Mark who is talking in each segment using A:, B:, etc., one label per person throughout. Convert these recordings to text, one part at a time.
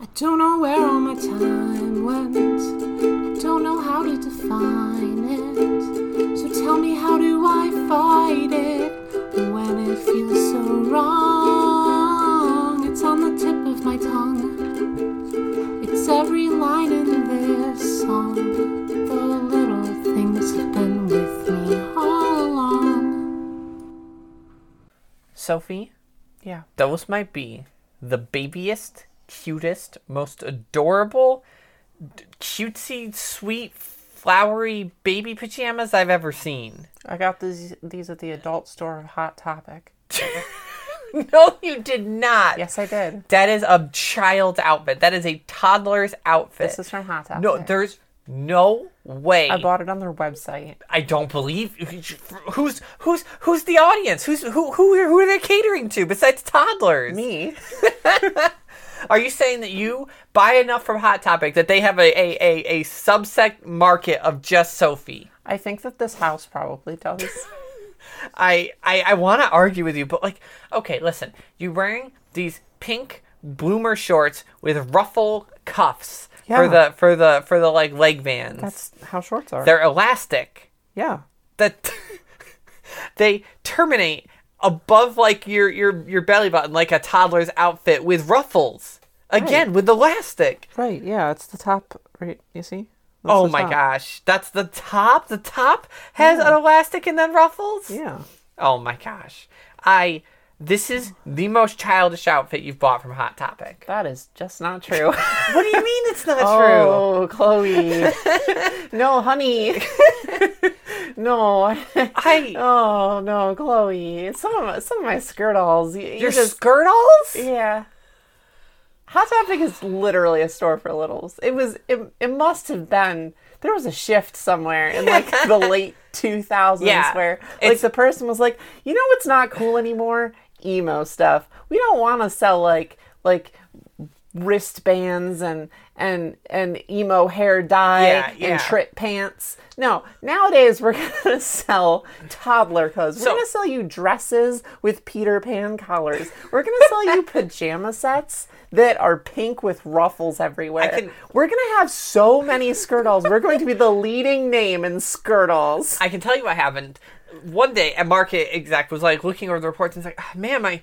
A: I don't know where all my time went. I don't know how to define it. So tell me, how do I fight it when it feels so wrong? It's on the tip of my tongue. It's every line in this song. The little things have been with me all along.
B: Sophie,
A: Yeah.
B: those might be the babiest, cutest, most adorable, d- cutesy, sweet, flowery baby pajamas I've ever seen.
C: I got these these at the adult store of Hot Topic.
B: No, you did not.
C: Yes, I did.
B: That is a child's outfit. That is a toddler's outfit.
C: This is from Hot Topic.
B: no, there's no way.
C: I bought it on their website.
B: I don't believe who's who's who's the audience? Who's who who are- who are they catering to besides toddlers?
C: Me?
B: Are you saying that you buy enough from Hot Topic that they have a a a, a subsect market of just Sophie?
C: I think that this house probably does.
B: I I, I want to argue with you, but like, okay, listen, you're wearing these pink bloomer shorts with ruffle cuffs for
C: Yeah.
B: the for the for the like leg bands.
C: That's how shorts are.
B: They're elastic.
C: yeah.
B: that they terminate above like your your your belly button like a toddler's outfit with ruffles again with elastic
C: Right. Yeah. It's the top. Right. You see? That's
B: oh
C: the
B: my
C: top.
B: gosh that's the top the top has an elastic and then ruffles
C: Yeah.
B: oh my gosh i this is the most childish outfit you've bought from hot topic
C: That is just not true.
B: what do you mean it's not
C: Oh, Chloe. no, honey. no. I-
B: true i
C: Oh no, Chloe. Some of some of my skirt alls. You, you
B: your
C: just
B: skirtles
C: Yeah. Hot Topic is literally a store for littles. It was it, it must have been there was a shift somewhere in like the late 2000s
B: Yeah,
C: where like
B: it's-
C: the person was like, "You know what's not cool anymore? Emo stuff. We don't want to sell like like wristbands and and and emo hair dye
B: Yeah, yeah.
C: and trip pants. No, nowadays we're gonna sell toddler clothes. We're
B: So-
C: gonna sell you dresses with Peter Pan collars. We're gonna sell you pajama sets that are pink with ruffles everywhere.
B: can-
C: We're gonna have so many skirtles. We're going to be the leading name in skirtles.
B: I can tell you what happened. One day, a market exec was like looking over the reports and was like, "Ah, "Ma'am, I,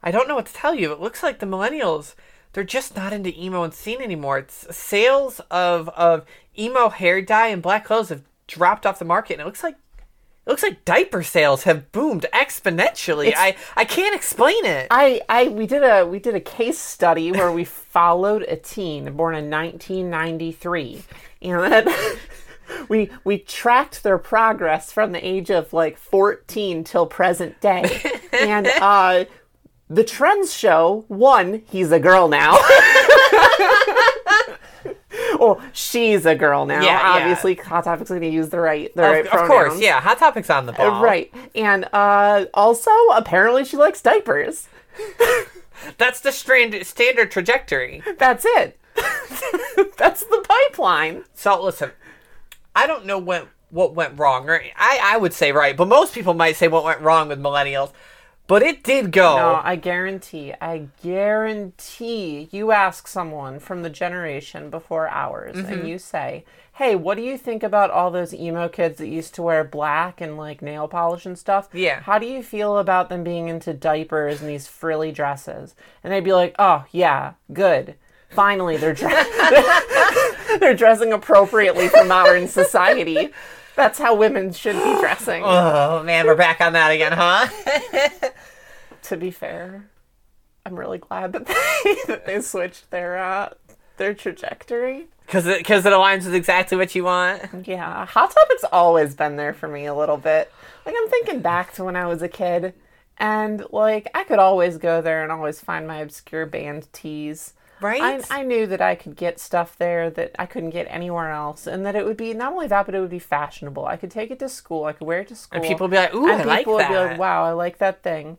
B: I don't know what to tell you. It looks like the millennials, they're just not into emo and scene anymore. It's sales of of emo hair dye and black clothes have dropped off the market, and it looks like." It looks like diaper sales have boomed exponentially. I, I can't explain it.
C: I, I we did a we did a case study where we followed a teen born in 1993 and we we tracked their progress from the age of like 14 till present day and uh the trends show one he's a girl now or she's a girl now
B: Yeah, yeah.
C: obviously hot topic's going to use the right the right
B: of
C: pronouns
B: course, yeah. Hot topics on the ball.
C: right and uh also apparently she likes diapers
B: That's the strand, standard trajectory.
C: That's it. That's the pipeline.
B: So listen, I don't know what what went wrong. Or I I would say right, but most people might say what went wrong with millennials. But it did go.
C: Oh, I guarantee, I guarantee you ask someone from the generation before ours and you say, Hey, what do you think about all those emo kids that used to wear black and like nail polish and stuff?
B: Yeah.
C: How do you feel about them being into diapers and these frilly dresses? And they'd be like, Oh, yeah, good. Finally, they're, dre- they're dressing appropriately for modern society. That's how women should be dressing.
B: Oh man, we're back on that again, huh?
C: to be fair, I'm really glad that they, that they switched their uh, their trajectory.
B: Because it, 'cause it aligns with exactly what you want.
C: Yeah, Hot Topic's always been there for me a little bit. Like I'm thinking back to when I was a kid, and like I could always go there and always find my obscure band tees.
B: Right?
C: I, I knew that I could get stuff there that I couldn't get anywhere else, and that it would be not only that, but it would be fashionable. I could take it to school. I could wear it to school.
B: people would be like, "Ooh, I like
C: people would be
B: that."
C: like, "Wow, I like that thing,"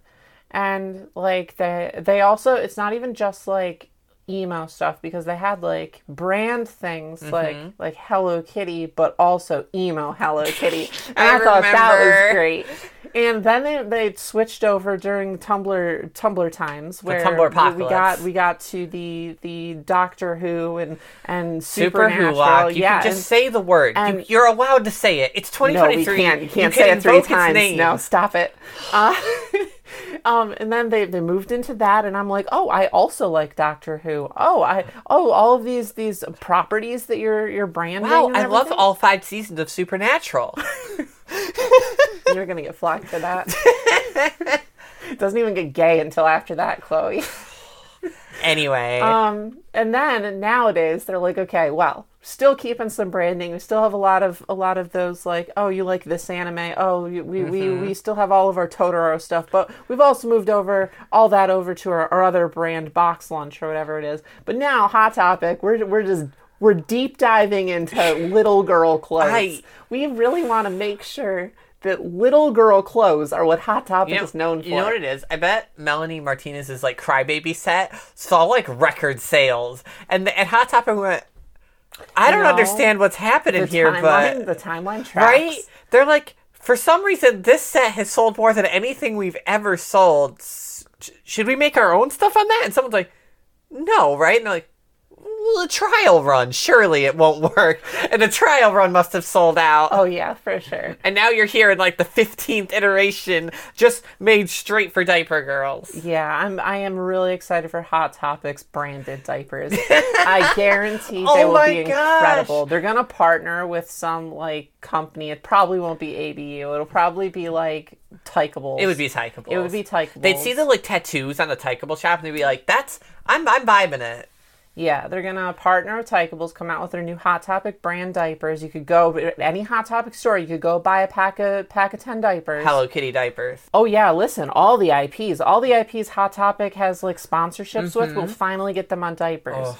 C: and like they they also it's not even just like emo stuff because they had like brand things
B: Mm-hmm.
C: like like Hello Kitty, but also emo Hello Kitty. And
B: I
C: I, thought that
B: remember.
C: was great. And then they, they switched over during Tumblr Tumblr times where
B: Tumblr
C: we got we got to the the Doctor Who and and
B: Super
C: Supernatural.
B: Hulock. You
C: yeah,
B: can just
C: and-
B: say the word.
C: and-
B: you, are allowed to say it. It's
C: no,
B: 2023.
C: we can't. You can't
B: can
C: say it three
B: invoke its
C: times.
B: name.
C: No, stop it. Uh, um, and then they, they moved into that, and I'm like, oh, I also like Doctor Who. Oh, I oh all of these these properties that you're you're branding.
B: Wow,
C: and
B: I love
C: everything.
B: all five seasons of Supernatural.
C: You're gonna get flocked for that. Doesn't even get gay until after that, Chloe.
B: anyway,
C: Um, and then nowadays they're like, okay, well, still keeping some branding. We still have a lot of a lot of those like, oh, you like this anime? Oh, you, we,
B: Mm-hmm.
C: we we still have all of our Totoro stuff, but we've also moved over all that over to our, our other brand box lunch or whatever it is. But now, hot topic, we're we're just we're deep diving into little girl clothes.
B: I-
C: We really want to make sure that little girl clothes are what Hot Topic
B: you know,
C: is known for.
B: you know what it is? I bet Melanie Martinez's like crybaby set saw like record sales, and the, and Hot Topic went. I don't
C: No.
B: understand what's happening
C: the
B: here, but
C: timeline, the timeline tracks.
B: right? They're like, for some reason, this set has sold more than anything we've ever sold. S- sh- Should we make our own stuff on that? And someone's like, no, right? And they're like, well, a trial run. Surely it won't work. And the trial run must have sold out.
C: Oh yeah, for sure.
B: And now you're here in like the 15th iteration, just made straight for diaper girls.
C: Yeah, I'm. I am really excited for Hot Topics branded diapers. I guarantee they
B: Oh
C: will
B: my
C: be
B: gosh.
C: incredible. They're gonna partner with some like company. It probably won't be ABU. It'll probably be like Tykeables.
B: It would be Tykeables.
C: It would be Tykeables.
B: They'd see the like tattoos on the Tykeable shop and they'd be like, that's, I'm, I'm vibing it.
C: Yeah, they're gonna partner with Tykeables, come out with their new Hot Topic brand diapers. You could go at any Hot Topic store. You could go buy a pack of pack of ten diapers.
B: Hello Kitty diapers.
C: Oh yeah, listen, all the IPs, all the IPs Hot Topic has like sponsorships
B: Mm-hmm.
C: with. We'll finally get them on diapers.
B: Oh,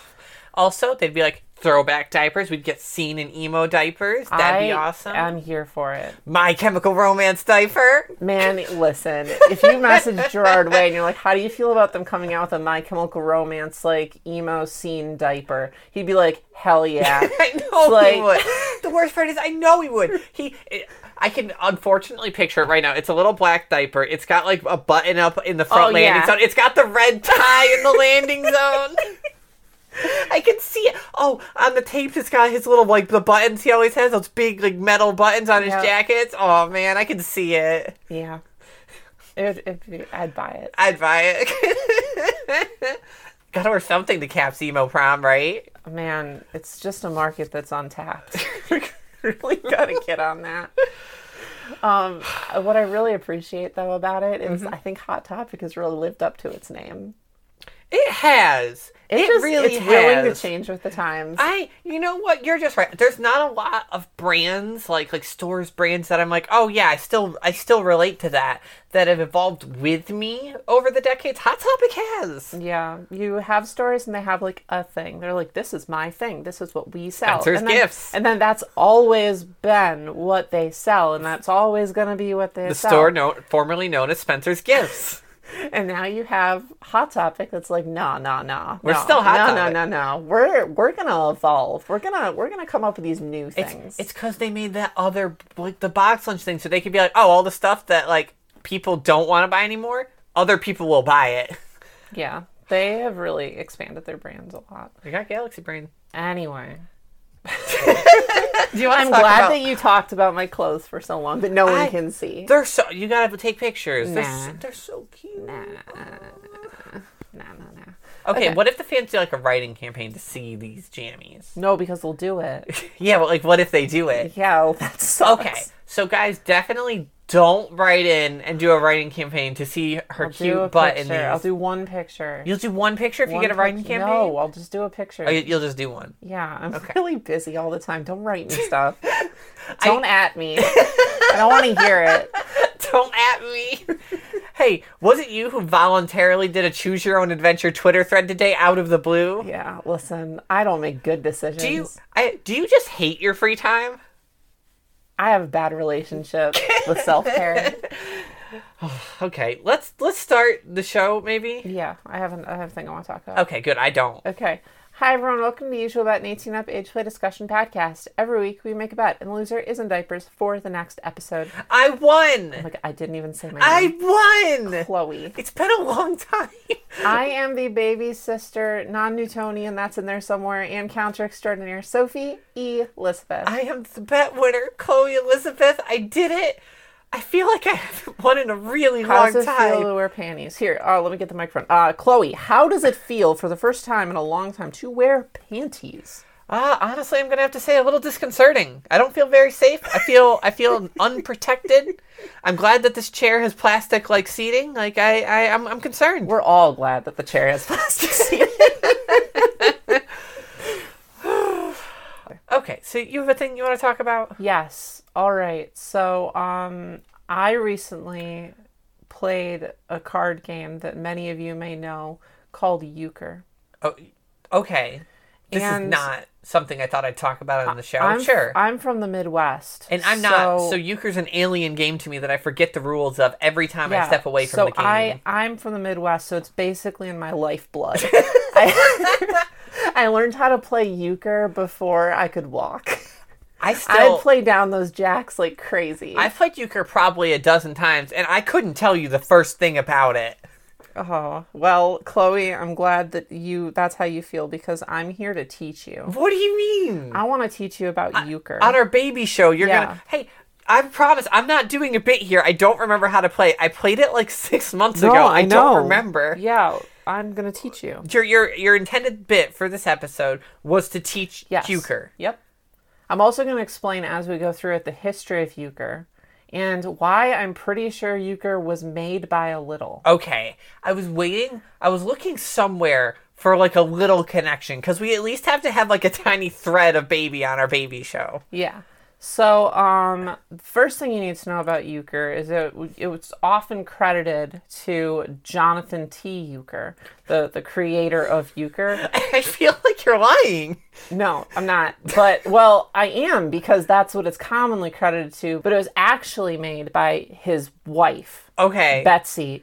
B: Also, they'd be like throwback diapers. We'd get seen in emo diapers. That'd be
C: I
B: awesome.
C: am here for it.
B: My Chemical Romance diaper.
C: Man, listen, if you message Gerard Way and you're like, how do you feel about them coming out with a My Chemical Romance, like, emo scene diaper? He'd be like, hell yeah.
B: I know he
C: Like-
B: would. The worst part is, I know he would. He, I can unfortunately picture it right now. It's a little black diaper. It's got like a button up in the front
C: Oh,
B: landing
C: yeah.
B: zone. It's got the red tie in the landing zone. I can see it. Oh, on the tapes, it's got his little like the buttons he always has. Those big like metal buttons on
C: Yeah.
B: his jackets. Oh man, I can see it.
C: yeah. It, it'd be, I'd buy it.
B: I'd buy it. Gotta wear something to Cap's emo prom, right?
C: Man, it's just a market that's untapped. really gotta get on that. Um, what I really appreciate though about it is
B: Mm-hmm.
C: I think Hot Topic has really lived up to its name.
B: It has. It,
C: just-
B: really
C: it's
B: has.
C: willing to change with the times.
B: I, you know what? You're just right. There's not a lot of brands like like stores brands that I'm like, oh yeah, I still I still relate to that that have evolved with me over the decades. Hot Topic has.
C: Yeah, you have stores and they have like a thing. They're like, this is my thing. This is what we sell.
B: Spencer's
C: and then,
B: Gifts.
C: And then that's always been what they sell, and that's always going to be what they
B: The
C: sell.
B: store known, formerly known as Spencer's Gifts.
C: and now you have Hot Topic that's like, nah, nah, nah.
B: We're
C: no,
B: still Hot
C: no,
B: Topic.
C: No, no, no, We're we're gonna evolve. We're gonna we're gonna come up with these new things.
B: It's because they made that other like the box lunch thing, so they could be like, oh, all the stuff that like people don't want to buy anymore, other people will buy it.
C: yeah, they have really expanded their brands a lot.
B: I got Galaxy Brain.
C: Anyway.
B: Do you want
C: I'm glad that you talked about my clothes for so long that no one
B: I-
C: can see.
B: they're so you gotta take pictures. They're, so,
C: Nah.
B: they're so cute.
C: No, no, no.
B: Okay, what if the fans do like a writing campaign to see these jammies?
C: No, because they'll do it.
B: Yeah, but like, what if they do it?
C: Yeah, well, that sucks.
B: Okay, so guys, definitely don't write in and do a writing campaign to see her
C: I'll do a
B: cute butt in
C: picture.
B: these.
C: I'll do one picture.
B: You'll do one picture if
C: One
B: you get a writing
C: picture.
B: campaign.
C: No, I'll just do a picture.
B: Or you- you'll just do one.
C: yeah, I'm really busy all the time. Don't write me stuff. don't
B: I-
C: at me. I don't want to hear it.
B: Don't at me. hey, was it you who voluntarily did a choose your own adventure Twitter thread today out of the blue?
C: Yeah, listen, I don't make good decisions.
B: Do you I do you just hate your free time?
C: I have a bad relationship with self care.
B: Okay, let's let's start the show maybe.
C: Yeah, I have an, I have a thing I want to talk about.
B: Okay, good. I don't.
C: Okay. Hi, everyone. Welcome to the usual Bet and 18 Up Age Play Discussion Podcast. Every week we make a bet, and the loser is in diapers for the next episode.
B: I won.
C: Like, I didn't even say Oh my name.
B: I won.
C: Chloe.
B: It's been a long time.
C: I am the baby sister, non Newtonian, that's in there somewhere, and counter extraordinaire, Sophie E. Elizabeth.
B: I am the bet winner, Chloe Elizabeth. I did it. I feel like I haven't won in a really
C: How
B: long
C: does it feel
B: time.
C: to wear panties? Here, oh, let me get the microphone. Uh, Chloe, how does it feel for the first time in a long time to wear panties?
B: Ah, honestly, I'm gonna have to say a little disconcerting. I don't feel very safe. I feel I feel unprotected. I'm glad that this chair has plastic like seating. Like I, I I'm, I'm concerned.
C: We're all glad that the chair has plastic seats.
B: Okay, so you have a thing you want to talk about?
C: yes. All right. So, um, I recently played a card game that many of you may know called Euchre.
B: Oh, okay. This
C: And-
B: is not something I thought I'd talk about on the show.
C: I'm
B: Oh, sure.
C: I'm from the Midwest,
B: and I'm not. So Euchre's an alien game to me that I forget the rules of every time I
C: yeah.
B: step away from
C: so
B: the game.
C: I I'm from the Midwest, so it's basically in my lifeblood. I, I learned how to play euchre before I could walk.
B: I
C: I'd
B: still
C: play down those jacks like crazy.
B: I've played euchre probably a dozen times, and I couldn't tell you the first thing about it.
C: oh well, Chloe, I'm glad that you that's how you feel because I'm here to teach you.
B: What do you mean?
C: I want to teach you about euchre.
B: On our baby show, you're
C: Yeah.
B: gonna. Hey, I promise, I'm not doing a bit here. I don't remember how to play. I played it like six months
C: No,
B: ago. I,
C: know.
B: don't remember.
C: Yeah, I'm gonna teach you.
B: Your your your intended bit for this episode was to teach
C: Yes.
B: euchre.
C: Yep. I'm also going to explain as we go through it the history of euchre and why I'm pretty sure euchre was made by a little.
B: Okay, I was waiting. I was looking somewhere for like a little connection because we at least have to have like a tiny thread of baby on our baby show.
C: Yeah. So, um, first thing you need to know about euchre is that it was often credited to Jonathan T. Euchre, the, the creator of euchre.
B: I feel like you're lying.
C: No, I'm not. But well, I am because that's what it's commonly credited to. But it was actually made by his wife,
B: Okay,
C: Betsy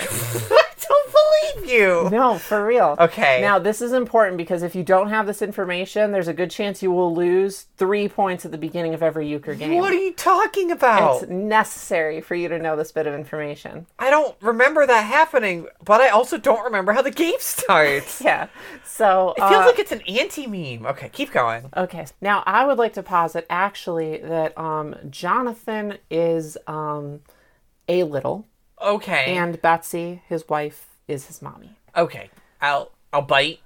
B: I don't believe you.
C: No, for real.
B: Okay.
C: Now, this is important because if you don't have this information, there's a good chance you will lose three points at the beginning of every euchre game.
B: What are you talking about?
C: It's necessary for you to know this bit of information.
B: I don't remember that happening, but I also don't remember how the game starts.
C: Yeah. So,
B: It feels
C: uh,
B: like it's an anti meme. Okay, keep going.
C: okay. Now, I would like to posit actually that um, Jonathan is um, a little,
B: Okay.
C: and Betsy, his wife, is his mommy.
B: okay. I'll I'll bite.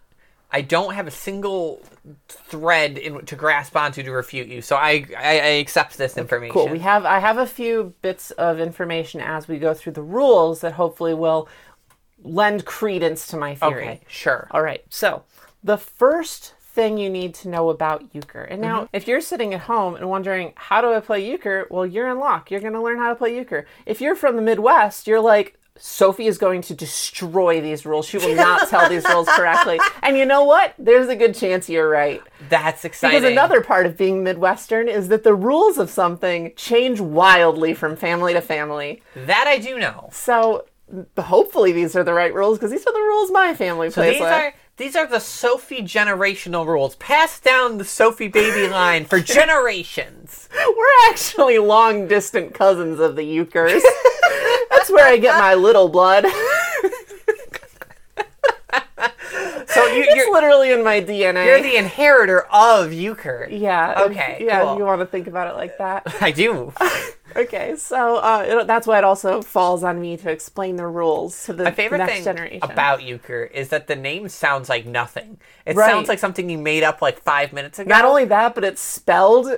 B: I don't have a single thread in, to grasp onto to refute you, so I I, I accept this information.
C: Cool. We have I have a few bits of information as we go through the rules that hopefully will lend credence to my theory.
B: okay, sure.
C: All right. So, the first thing you need to know about euchre. And now, if you're sitting at home and wondering, how do I play euchre? Well, you're in luck. You're going to learn how to play euchre. If you're from the Midwest, you're like, Sophie is going to destroy these rules. She will not tell these rules correctly. And you know what? There's a good chance you're right.
B: That's exciting.
C: Because another part of being Midwestern is that the rules of something change wildly from family to family.
B: that I do know.
C: So hopefully these are the right rules because these are the rules my family plays
B: These
C: with.
B: are these are the Sophie generational rules passed down the Sophie baby line for generations.
C: We're actually long distant cousins of the Euchres. That's where I get my little blood.
B: So you,
C: It's
B: you're
C: literally in my
B: you're
C: DNA.
B: the inheritor of euchre.
C: yeah. if-
B: Okay,
C: Yeah,
B: cool.
C: if you want to think about it like that.
B: I do.
C: Okay, so uh, it, that's why it also falls on me to explain the rules to the
B: My favorite
C: next
B: thing
C: generation.
B: about euchre is that the name sounds like nothing. It
C: Right.
B: sounds like something you made up like five minutes ago.
C: Not only that, but it's spelled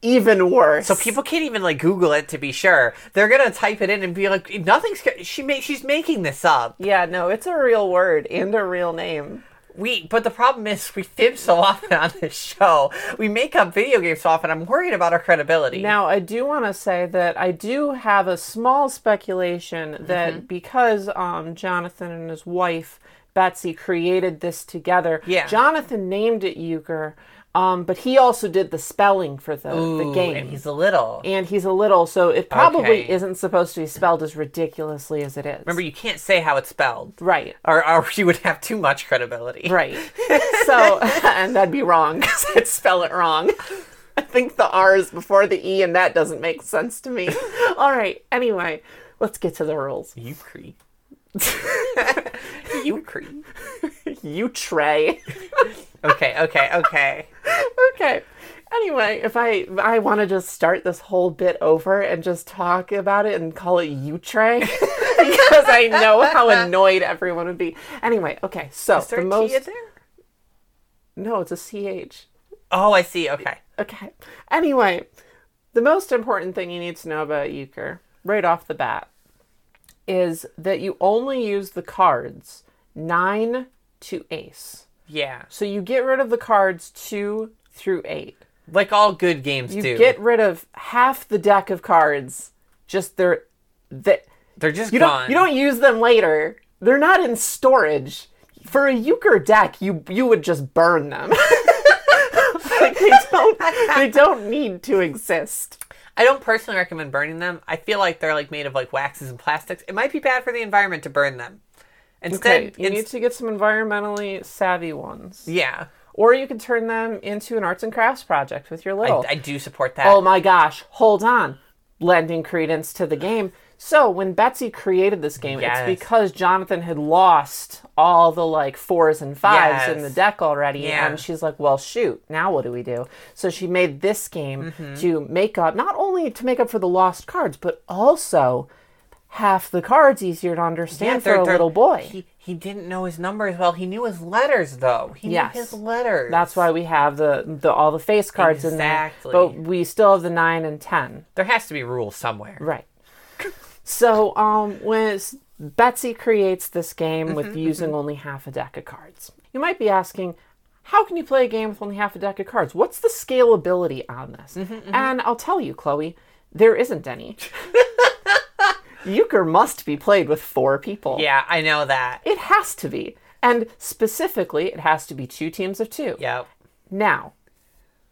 C: even worse.
B: so people can't even like Google it to be sure. They're gonna type it in and be like, "Nothing's." ca- She ma- she's making this up.
C: Yeah, no, it's a real word and a real name.
B: We, but the problem is, we fib so often on this show. We make up video games so often. I'm worried about our credibility.
C: Now, I do want to say that I do have a small speculation that
B: Mm-hmm.
C: because um, Jonathan and his wife Betsy created this together,
B: Yeah.
C: Jonathan named it Euchre. Um, but he also did the spelling for the, the
B: Ooh,
C: game.
B: and he's a little.
C: and he's a little, so it probably
B: Okay.
C: isn't supposed to be spelled as ridiculously as it is.
B: Remember, you can't say how it's spelled,
C: right,
B: or, or you would have too much credibility.
C: right. so, and that'd be wrong because I'd spell it wrong. I think the R is before the E, and that doesn't make sense to me. All right, anyway, let's get to the rules.
B: You creep. you creep.
C: You tray.
B: Okay, okay, okay.
C: okay. Anyway, if I I want to just start this whole bit over and just talk about it and call it Utray because I know how annoyed everyone would be. Anyway, okay. So
B: Is there
C: the
B: a
C: most
B: T in there?
C: no, it's a ch.
B: Oh, I see. Okay.
C: Okay. Anyway, the most important thing you need to know about euchre right off the bat is that you only use the cards nine to ace.
B: Yeah.
C: So you get rid of the cards two through eight.
B: Like all good games
C: You
B: do.
C: get rid of half the deck of cards. Just they're that
B: They're just
C: you
B: gone.
C: don't you don't use them later. They're not in storage. For a euchre deck, you you would just burn them. like they don't they don't need to exist.
B: I don't personally recommend burning them. I feel like they're like made of like waxes and plastics. It might be bad for the environment to burn them. Instead,
C: Okay, you need
B: ins-
C: to get some environmentally savvy ones,
B: yeah,
C: or you can turn them into an arts and crafts project with your little.
B: I, I do support that.
C: Oh my gosh, hold on. Lending credence to the game. So when Betsy created this game,
B: Yes.
C: it's because Jonathan had lost all the like fours and fives in the
B: Yes.
C: deck already.
B: Yeah.
C: And she's like, well, shoot, now what do we do? So she made this game
B: Mm-hmm.
C: to make up, not only to make up for the lost cards, but also half the cards easier to
B: Yeah,
C: understand
B: they're-
C: for a
B: they're-
C: little boy.
B: He, he didn't know his numbers well. He knew his letters though. He
C: Yes.
B: knew his letters.
C: That's why we have the, the all the face cards
B: Exactly.
C: in there. But we still have the nine and ten.
B: there has to be rules somewhere.
C: Right. So, um, when s- Betsy creates this game with using only half a deck of cards, you might be asking, how can you play a game with only half a deck of cards? What's the scalability on this? And I'll tell you, Chloe, there isn't any. Euchre must be played with four people.
B: Yeah, I know that.
C: It has to be. And specifically, it has to be two teams of two.
B: Yep.
C: Now,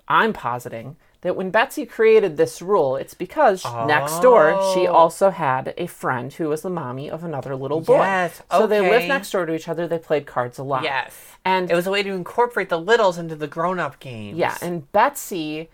C: I'm positing that when Betsy created this rule, it's because next door
B: Oh.
C: she also had a friend who was the mommy of another little boy.
B: Yes,
C: So they lived
B: okay.
C: next door to each other. They played cards a lot.
B: Yes.
C: And
B: It was a way to incorporate the littles into the grown-up games.
C: yeah, and Betsy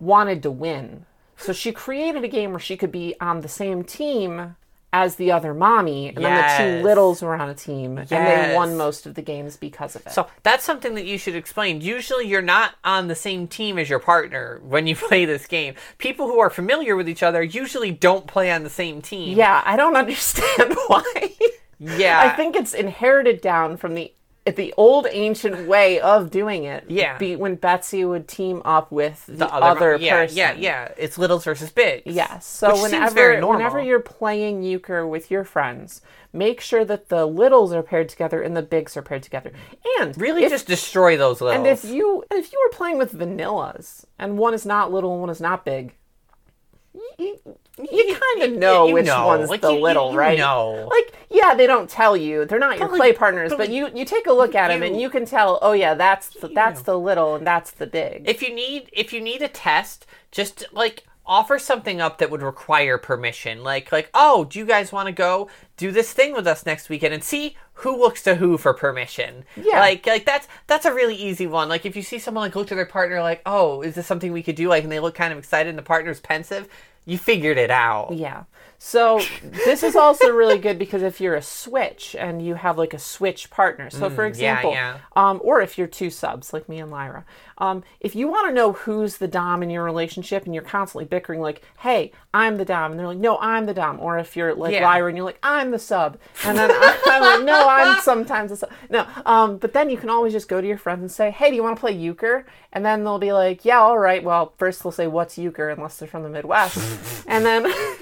C: wanted to win. So she created a game where she could be on the same team as the other mommy, and then the
B: Yes.
C: two littles were on a team, and they
B: Yes.
C: won most of the games because of it.
B: So that's something that you should explain. Usually, you're not on the same team as your partner when you play this game. People who are familiar with each other usually don't play on the same team.
C: yeah, I don't understand why.
B: yeah.
C: I think it's inherited down from the the old ancient way of doing it.
B: Yeah.
C: Be, when Betsy would team up with the,
B: the
C: other,
B: yeah,
C: person.
B: Yeah, yeah. It's littles versus bigs.
C: Yes. So
B: Which seems
C: whenever
B: very normal.
C: whenever you're playing euchre with your friends, make sure that the littles are paired together and the bigs are paired together. And
B: really just destroy those littles.
C: and if you and if you were playing with vanillas and one is not little and one is not big, you, you kind of know
B: you
C: which
B: know.
C: one's
B: Like,
C: the
B: you- you-
C: little,
B: you
C: right?
B: know.
C: Like, yeah, they don't tell you; they're not your
B: But, like,
C: play partners,
B: but,
C: but,
B: like,
C: you you take a look at them and
B: you-
C: you can tell. Oh yeah, that's the, that's the little and that's the big.
B: if you need if you need a test just like offer something up that would require permission like like oh do you guys want to go do this thing with us next weekend and see who looks to who for permission
C: Yeah.
B: like like that's that's a really easy one like if you see someone like look to their partner like oh is this something we could do like and they look kind of excited and the partner's pensive you figured it out
C: Yeah. So this is also really good because if you're a switch and you have like a switch partner. So for example,
B: Mm, yeah.
C: um, or if you're two subs like me and Lyra, um, if you want to know who's the dom in your relationship and you're constantly bickering like, "Hey, I'm the dom," and they're like, "No, I'm the dom," or if you're like
B: Yeah.
C: Lyra and you're like, "I'm the sub," and then I'm like, "No, I'm sometimes the sub." No, um, but then you can always just go to your friends and say, "Hey, do you want to play euchre?" And then they'll be like, "Yeah, all right." Well, first they'll say, "What's euchre?" unless they're from the Midwest, and then.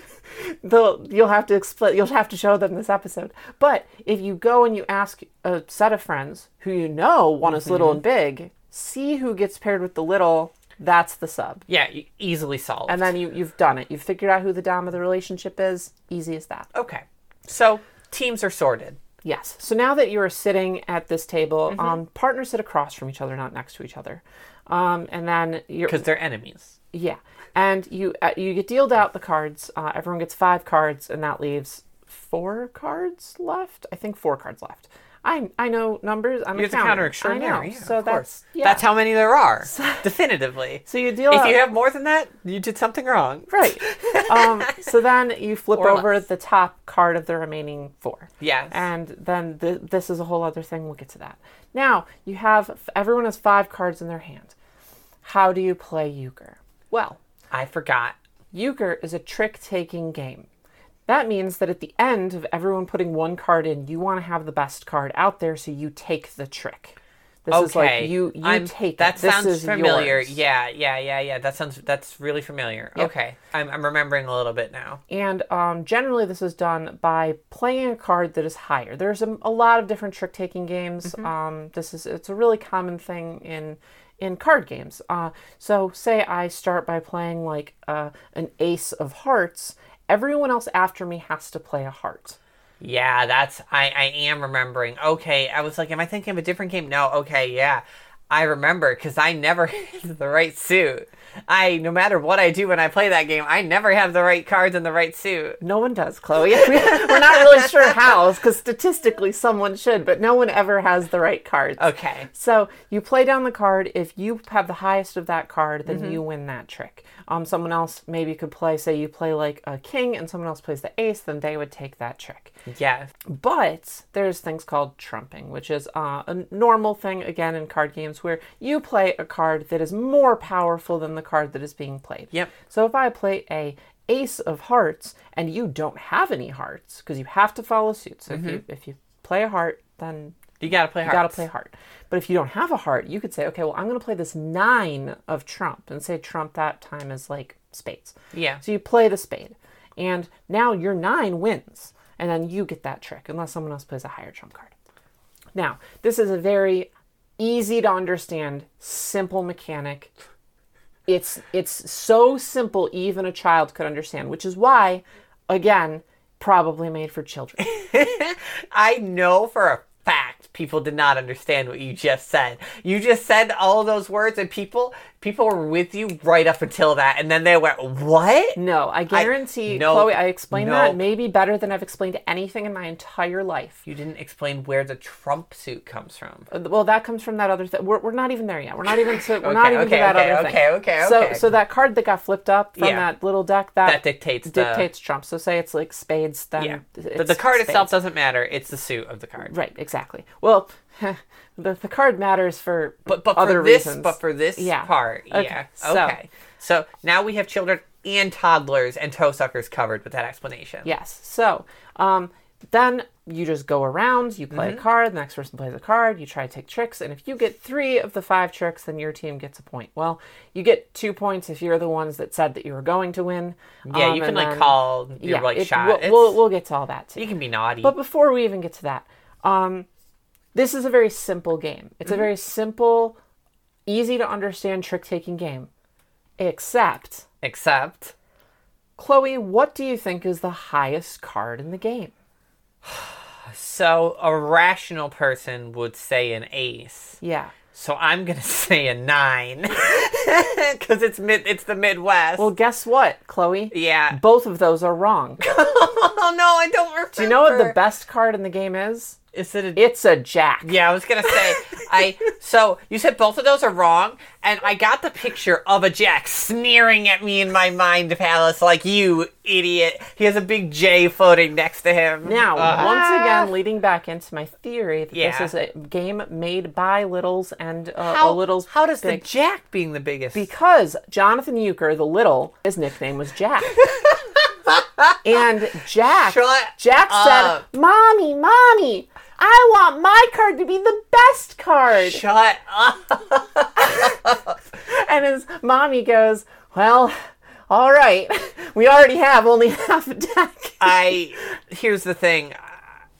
C: they'll you'll have to explain you'll have to show them this episode but if you go and you ask a set of friends who you know one is little and big see who gets paired with the little that's the sub
B: yeah e- easily solved
C: and then you, you've done it you've figured out who the dom of the relationship is easy as that
B: okay so teams are sorted
C: Yes. So now that you are sitting at this table,
B: Mm-hmm.
C: um, partners sit across from each other, not next to each other. Um, and then you're
B: because they're enemies.
C: yeah, and you uh, you get dealed out the cards. Uh, everyone gets five cards, and that leaves four cards left. I think four cards left. I I know numbers. I'm
B: You
C: a
B: have to
C: counter.
B: counter extraordinary.
C: I know.
B: yeah,
C: so
B: of
C: that's
B: course.
C: yeah.
B: That's how many there are, definitively.
C: So you deal
B: if
C: out-
B: you have more than that, you did something wrong.
C: Right. Um, so then you flip
B: Or
C: over
B: less.
C: the top card of the remaining four.
B: Yes.
C: And then th- this is a whole other thing. We'll get to that. Now, you have everyone has five cards in their hand. How do you play euchre? Well,
B: I forgot.
C: euchre is a trick taking game. That means that at the end of everyone putting one card in, you want to have the best card out there, so you take the trick. This is
B: Okay,
C: like you you
B: I'm-
C: take
B: that
C: it. This
B: sounds
C: is
B: familiar.
C: yours.
B: Yeah, yeah, yeah, yeah. That sounds that's really familiar. Okay, I'm, I'm remembering a little bit now.
C: And um, generally, this is done by playing a card that is higher. There's a, a lot of different trick taking games. Um, this is it's a really common thing in in card games. Uh, so, say I start by playing like uh, an ace of hearts. Everyone else after me has to play a heart.
B: Yeah, that's I I am remembering. Okay, I was like, am I thinking of a different game? No. Okay, yeah, I remember because I never have the right suit. I no matter what I do when I play that game, I never have the right cards and the right suit.
C: No one does, Chloe. We're not really sure how, because statistically someone should, but no one ever has the right cards.
B: Okay.
C: So you play down the card. If you have the highest of that card, then you win that trick. Um, someone else maybe could play, say you play like a king and someone else plays the ace, then they would take that trick.
B: Yeah.
C: But there's things called trumping, which is uh, a normal thing, again, in card games where you play a card that is more powerful than the card that is being played.
B: Yep.
C: So if I play a ace of hearts and you don't have any hearts, because you have to follow suit. So if, you, if you play a heart, then
B: You gotta play.
C: you gotta play heart. But if you don't have a heart, you could say, okay, well, I'm gonna play this nine of trump and say trump that time is like spades.
B: Yeah.
C: So you play the spade, and now your nine wins, and then you get that trick unless someone else plays a higher trump card. Now, this is a very easy to understand, simple mechanic. It's it's so simple even a child could understand, which is why, again, probably made for children.
B: I know for a fact people did not understand what you just said. You just said all those words, and people people were with you right up until that, and then they went, "What?"
C: No, I guarantee,
B: no,
C: Chloe, I explained that
B: no.
C: maybe better than I've explained anything in my entire life.
B: You didn't explain where the Trump suit comes from.
C: Uh, Well, that comes from that other thing. We're, we're not even there yet. We're not even to, we're not even to
B: okay,
C: that
B: okay,
C: other
B: okay,
C: thing.
B: okay,
C: So,
B: okay.
C: so that card that got flipped up from
B: Yeah.
C: that little deck that,
B: That dictates the-
C: dictates Trump. So say it's like spades, then
B: Yeah, the,
C: it's
B: the card itself
C: spades.
B: doesn't matter. It's the suit of the card.
C: Right, exactly. Well, the, the card matters for
B: But but
C: other
B: for this,
C: reasons.
B: but for this
C: Yeah.
B: part,
C: Okay,
B: yeah,
C: so-
B: okay. So now we have children and toddlers and toe suckers covered with that explanation.
C: Yes. So um, then you just go around, you play
B: Mm-hmm.
C: a card, the next person plays a card, you try to take tricks, and if you get three of the five tricks, then your team gets a point. Well, you get two points if you're the ones that said that you were going to win.
B: Yeah,
C: um,
B: you can
C: and
B: like
C: then-
B: call your
C: yeah,
B: like
C: it-
B: shot.
C: We'll,
B: It's-
C: we'll, we'll get to all that too.
B: you can be naughty.
C: But before we even get to that, um, this is a very simple game. It's
B: Mm-hmm.
C: a very simple, easy to understand trick taking game. Except,
B: Except
C: Chloe, what do you think is the highest card in the game?
B: so a rational person would say an ace.
C: Yeah.
B: So I'm gonna say a nine, because it's mid, it's the Midwest.
C: Well, guess what, Chloe?
B: yeah.
C: Both of those are wrong. Do
B: Oh no, I don't remember. Do
C: you know what the best card in the game is?
B: Is it a?
C: It's a jack.
B: yeah, I was gonna say I. So you said both of those are wrong, and I got the picture of a Jack sneering at me in my mind palace, like you idiot. He has a big J floating next to him.
C: Now,
B: Uh,
C: once again, leading back into my theory that
B: Yeah.
C: this is a game made by littles and uh,
B: how
C: a littles.
B: how does
C: big-
B: the Jack being the biggest?
C: because Jonathan Euchre, the little, his nickname was Jack. and Jack,
B: Shut
C: Jack
B: up.
C: said, "Mommy, mommy, I want my card to be the best card."
B: Shut up.
C: And his mommy goes, Well, all right. We already have only half a deck.
B: I here's the thing.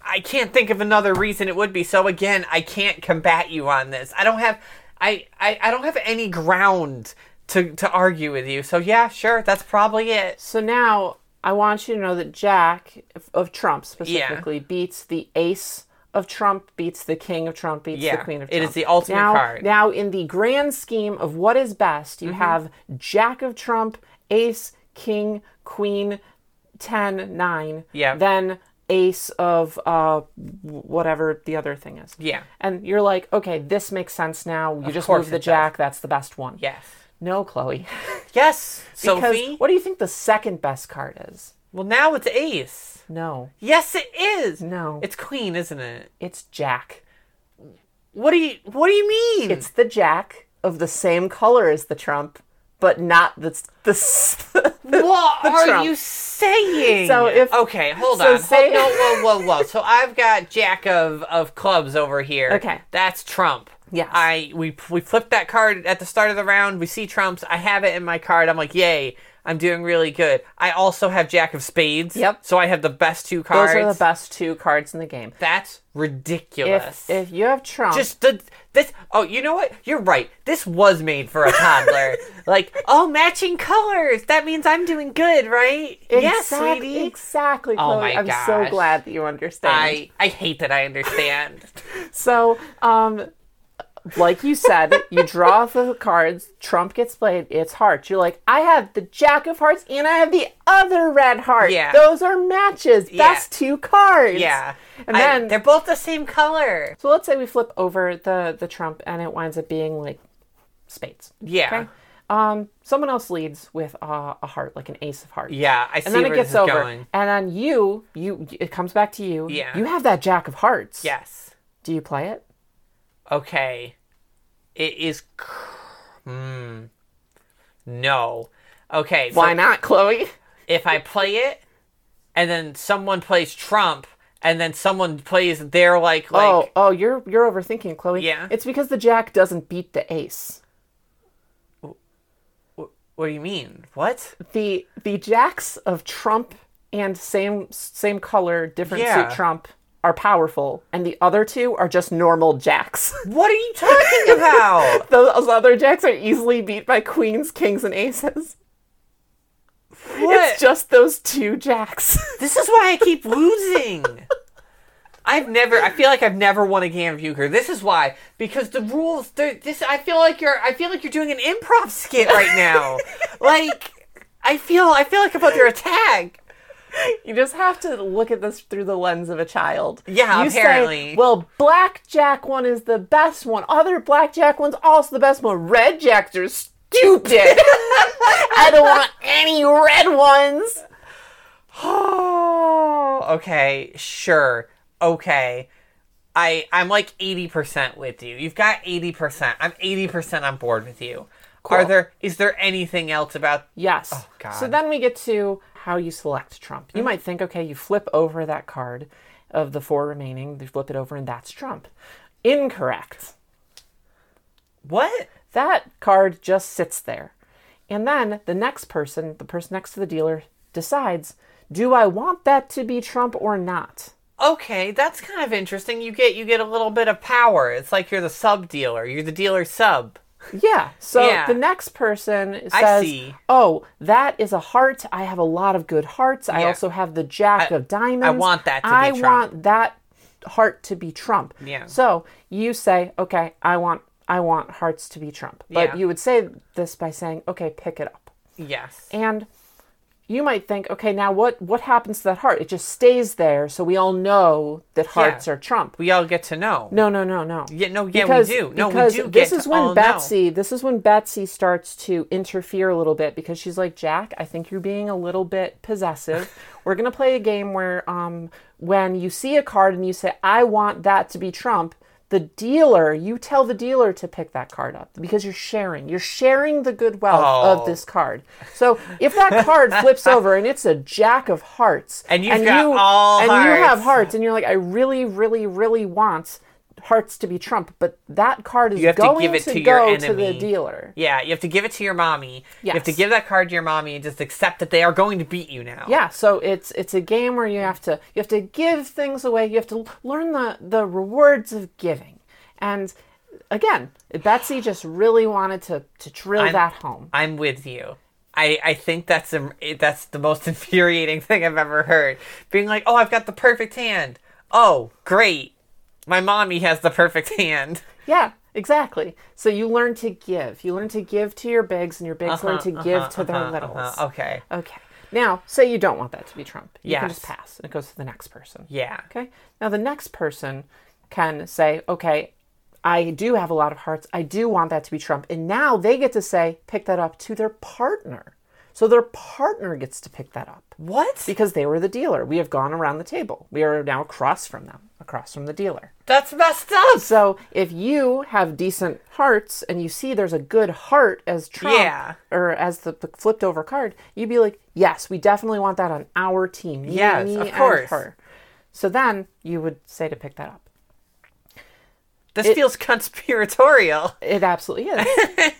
B: I can't think of another reason it would be. So again, I can't combat you on this. I don't have I I, I don't have any ground to to argue with you. So yeah, sure, that's probably it.
C: So now I want you to know that Jack of- of Trump specifically beats the ace of Trump beats the King of Trump beats
B: Yeah,
C: the Queen of
B: it
C: Trump.
B: is the ultimate
C: now,
B: card. Mm-hmm.
C: Now, in the grand scheme of what is best, you have Jack of Trump, Ace, King, Queen, 10, 9.
B: Yeah.
C: Then Ace of uh, w- whatever the other thing is.
B: Yeah.
C: And you're like, okay, this makes sense now. You just
B: course
C: move the
B: it does.
C: Jack. That's the best one.
B: Yes.
C: No, Chloe.
B: Yes,
C: because
B: Sophie.
C: what do you think the second best card is?
B: Well, now it's Ace.
C: No,
B: Yes, it is.
C: No.
B: it's Queen, isn't it?
C: it's Jack.
B: What do you What do you mean?
C: It's the Jack of the same color as the Trump, but not the the.
B: what
C: the
B: are
C: Trump.
B: you saying?
C: So if-
B: okay, hold
C: so
B: on.
C: say-
B: Hold, no, whoa, whoa, whoa. So I've got Jack of of clubs over here.
C: Okay.
B: that's Trump.
C: Yes.
B: I we we flipped that card at the start of the round. We see Trumps. I have it in my card. I'm like, yay! I'm doing really good. I also have Jack of Spades.
C: Yep.
B: So I have the best two cards.
C: Those are the best two cards in the game.
B: That's ridiculous.
C: If, if you have Trump,
B: just the this oh you know what you're right this was made for a toddler like oh matching colors that means i'm doing good right yes
C: Exact-
B: sweetie Oh
C: exactly. Chloe.
B: my
C: I'm so
B: gosh.
C: glad that you understand.
B: i i hate that i understand
C: So, um, like you said, you draw the cards. Trump gets played. It's hearts. You're like, I have the jack of hearts and I have the other red heart.
B: Yeah.
C: Those are matches. That's two cards.
B: yeah
C: And
B: I-
C: then-
B: they're both the same color
C: So let's say we flip over the the Trump and it winds up being like spades.
B: yeah
C: Um, someone else leads with uh, a heart, like an ace of hearts.
B: yeah i see
C: And then
B: where
C: it gets
B: this is
C: over,
B: going
C: and then you, you, it comes back to you.
B: Yeah.
C: You have that jack of hearts.
B: yes
C: Do you play it?
B: okay it is cr- hmm no okay so
C: Why not, Chloe?
B: if I play it, and then someone plays Trump, and then someone plays their like like
C: oh, oh, you're you're overthinking, Chloe.
B: Yeah.
C: It's because the jack doesn't beat the ace.
B: what do you mean? What?
C: The the jacks of Trump and same same color, different
B: Yeah.
C: suit Trump are powerful, and the other two are just normal jacks.
B: What are you talking about?
C: Those other jacks are easily beat by queens, kings, and aces.
B: what?
C: It's just those two jacks.
B: this is why I keep losing. I've never. I feel like I've never won a game of euchre. This is why, because the rules. they're- This. I feel like you're. I feel like you're doing an improv skit right now. like, I feel. I feel like I'm under attack.
C: you just have to look at this through the lens of a child.
B: Yeah,
C: You say,
B: apparently.
C: well, blackjack one is the best one. Other blackjack one's also the best one. Red jacks are stupid. I don't want any red ones.
B: Oh, okay, sure. Okay. I I'm like 80% with you. You've got 80%. I'm 80% on board with you. Are there is there anything else about
C: Yes.
B: Oh, God. Mm.
C: So then we get to how you select Trump. You might think, okay, you flip over that card of the four remaining, you flip it over, and that's Trump. Incorrect.
B: what?
C: That card just sits there. And then the next person, the person next to the dealer, decides do I want that to be Trump or not?
B: Okay, that's kind of interesting. You get you get a little bit of power. It's like you're the sub dealer. You're the dealer sub.
C: Yeah. So
B: Yeah.
C: the next person says,
B: see.
C: Oh, that is a heart. I have a lot of good hearts. I
B: Yeah.
C: also have the jack
B: I-
C: of diamonds.
B: I want that to be
C: I
B: Trump."
C: want that heart to be Trump.
B: Yeah.
C: So you say, Okay, I want I want hearts to be Trump. But
B: Yeah.
C: you would say this by saying, Okay, pick it up.
B: Yes.
C: And you might think, okay, now what what happens to that heart? It just stays there, so we all know that hearts are Trump.
B: we all get to know.
C: no, no, no, no.
B: Yeah, no, yeah,
C: because,
B: we do. No, we
C: because
B: do
C: This
B: get
C: is
B: to
C: when
B: all know.
C: Betsy. This is when Betsy starts to interfere a little bit because she's like, Jack, I think you're being a little bit possessive. We're gonna play a game where, um, when you see a card and you say, I want that to be Trump. The dealer, you tell the dealer to pick that card up because you're sharing. You're sharing the good wealth
B: Oh.
C: of this card. So if that card flips over and it's a jack of hearts,
B: And you've got all
C: and you have
B: hearts.
C: hearts, and you're like, I really, really, really want hearts to be Trump, but that card is
B: You have to
C: going
B: give it to your
C: go to the
B: enemy.
C: dealer.
B: Yeah, you have to give it to your mommy. You have to
C: Yes.
B: give that card to your mommy and just accept that they are going to beat you now.
C: Yeah, so it's it's a game where you have to you have to give things away. You have to learn the the rewards of giving. And again, Betsy just really wanted to to drill that home.
B: I'm with you. I, I think that's im- it- that's the most infuriating thing I've ever heard. Being like, oh, I've got the perfect hand. Oh, great. My mommy has the perfect hand.
C: Yeah, exactly. So you learn to give. You learn to give to your bigs, and your bigs
B: Uh-huh,
C: learn to give to their littles.
B: Uh, okay.
C: Okay. Now, say you don't want that to be Trump. You can
B: Yes.
C: just pass, and it goes to the next person.
B: Yeah.
C: Okay. Now, the next person can say, okay, I do have a lot of hearts. I do want that to be Trump. And now they get to say, pick that up to their partner. So their partner gets to pick that up
B: What?
C: because they were the dealer. We have gone around the table. We are now across from them, across from the dealer.
B: That's messed up.
C: So if you have decent hearts and you see there's a good heart as Trump
B: Yeah.
C: or as the p- flipped over card, you'd be like, yes, we definitely want that on our team. Me,
B: Yes,
C: me,
B: of
C: and
B: course.
C: her." So then you would say to pick that up.
B: This feels conspiratorial.
C: It absolutely is.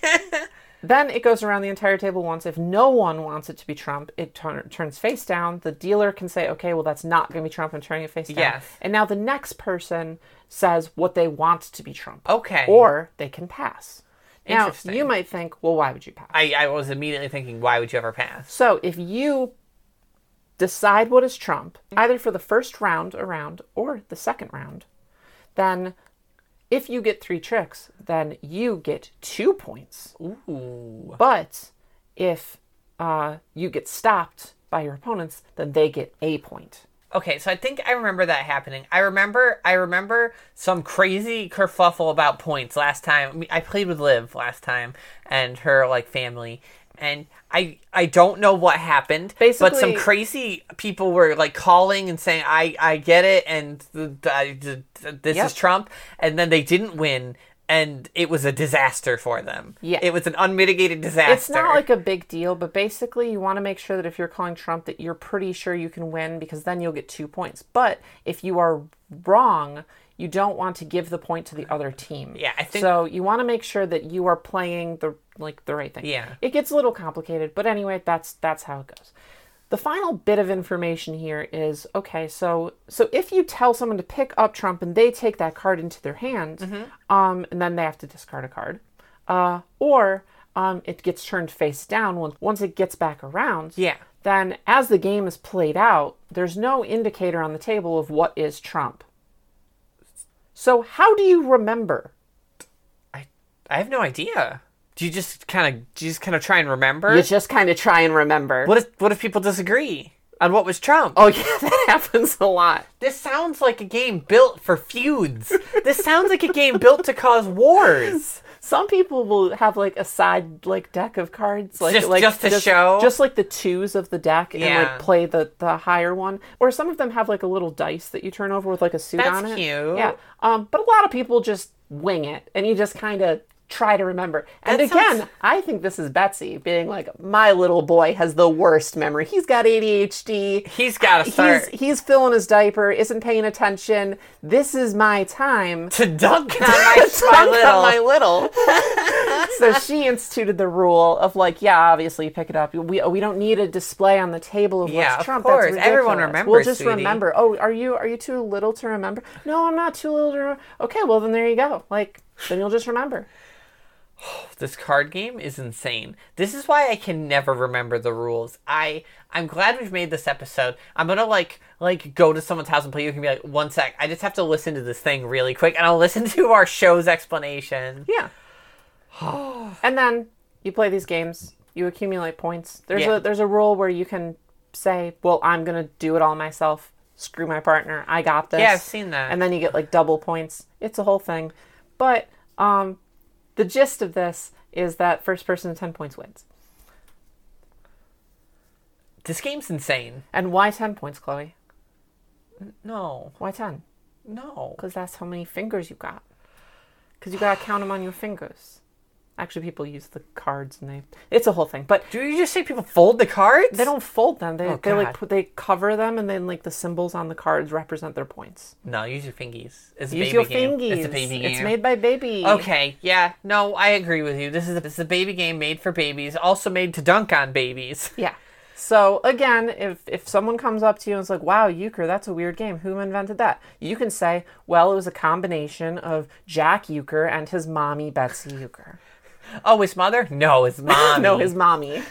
C: then it goes around the entire table once. If no one wants it to be Trump, it tur- turns face down. The dealer can say, okay, well, that's not going to be Trump. I'm turning it face down.
B: Yes.
C: And now the next person says what they want to be Trump.
B: Okay.
C: Or they can pass. Now,
B: Interesting.
C: you might think, well, why would you pass?
B: I, I was immediately thinking, why would you ever pass?
C: So if you decide what is Trump, either for the first round around or the second round, then if you get three tricks, then you get two points.
B: Ooh.
C: But if uh, you get stopped by your opponents, then they get a point.
B: Okay, so I think I remember that happening. I remember I remember some crazy kerfuffle about points last time. I, mean, I played with Liv last time and her like family and I I don't know what happened, but some
C: Basically-
B: crazy people were like calling and saying I I get it and th- th- I- th- th- this
C: Yep.
B: is Trump and then they didn't win and it was a disaster for them.
C: Yeah.
B: It was an unmitigated disaster.
C: It's not like a big deal, but basically you want to make sure that if you're calling Trump that you're pretty sure you can win because then you'll get two points. But if you are wrong, you don't want to give the point to the other team.
B: Yeah, I think-
C: So you want to make sure that you are playing the like the right thing.
B: Yeah.
C: It gets a little complicated, but anyway, that's that's how it goes. The final bit of information here is okay, so so if you tell someone to pick up Trump and they take that card into their hand,
B: Mm-hmm.
C: um, and then they have to discard a card, uh, or um, it gets turned face down once once it gets back around.
B: Yeah.
C: Then as the game is played out, there's no indicator on the table of what is Trump. So how do you remember?
B: I I have no idea. Do you just kind of do you just kind of try and remember?
C: You just kind of try and remember.
B: What if what if people disagree on what was Trump?
C: Oh yeah, that happens a lot.
B: This sounds like a game built for feuds. this sounds like a game built to cause wars.
C: Some people will have like a side like deck of cards, like
B: Just-
C: like
B: just to show?
C: just like the twos of the deck, and
B: Yeah.
C: like play the the higher one. Or some of them have like a little dice that you turn over with like a suit
B: That's
C: on it.
B: cute.
C: Yeah, um, but a lot of people just wing it, and you just kind of try to remember. And
B: That
C: again,
B: sounds-
C: I think this is Betsy being like, my little boy has the worst memory. He's got ADHD.
B: He's got to start
C: He's he's filling his diaper, isn't paying attention. This is my time
B: to dunk on my, my
C: dunk
B: little.
C: on my little. so she instituted the rule of like, yeah, obviously you pick it up. We we don't need a display on the table of
B: Yeah,
C: what's
B: of
C: Trump.
B: course.
C: That's
B: Everyone
C: ridiculous. We'll
B: remembers,
C: just
B: sweetie.
C: remember. Oh, are you are you too little to remember? No, I'm not too little to. Remember. Okay, well then there you go. Like then you'll just remember.
B: This card game is insane. This is why I can never remember the rules. I I'm glad we've made this episode. I'm gonna like like go to someone's house and play. You can be like, one sec. I just have to listen to this thing really quick, and I'll listen to our show's explanation.
C: Yeah. and then you play these games. You accumulate points. There's
B: Yeah.
C: a there's a rule where you can say, "Well, I'm gonna do it all myself. Screw my partner. I got this."
B: Yeah, I've seen that.
C: And then you get like double points. It's a whole thing. But um, the gist of this is that first person to ten points wins.
B: This game's insane.
C: And why ten points, Chloe?
B: No,
C: Why ten?
B: no.
C: Because that's how many fingers you got. Because you gotta count them on your fingers. Actually, people use the cards and they. It's a whole thing. But
B: Do you just say people fold the cards?
C: They don't fold them. They, they
B: Oh,
C: like
B: God.
C: put, they cover them, and then like the symbols on the cards represent their points.
B: No, use your fingies. It's a
C: Use
B: baby
C: your
B: game.
C: fingies.
B: It's a baby game.
C: made by baby.
B: Okay, yeah, no, I agree with you. This is a, this is a baby game made for babies, also made to dunk on babies.
C: Yeah. So again, if if someone comes up to you and is like, "Wow, euchre, that's a weird game. Who invented that?" You can say, "Well, it was a combination of Jack Euchre and his mommy Betsy Euchre."
B: Oh, his mother? No, his mom.
C: No, his mommy.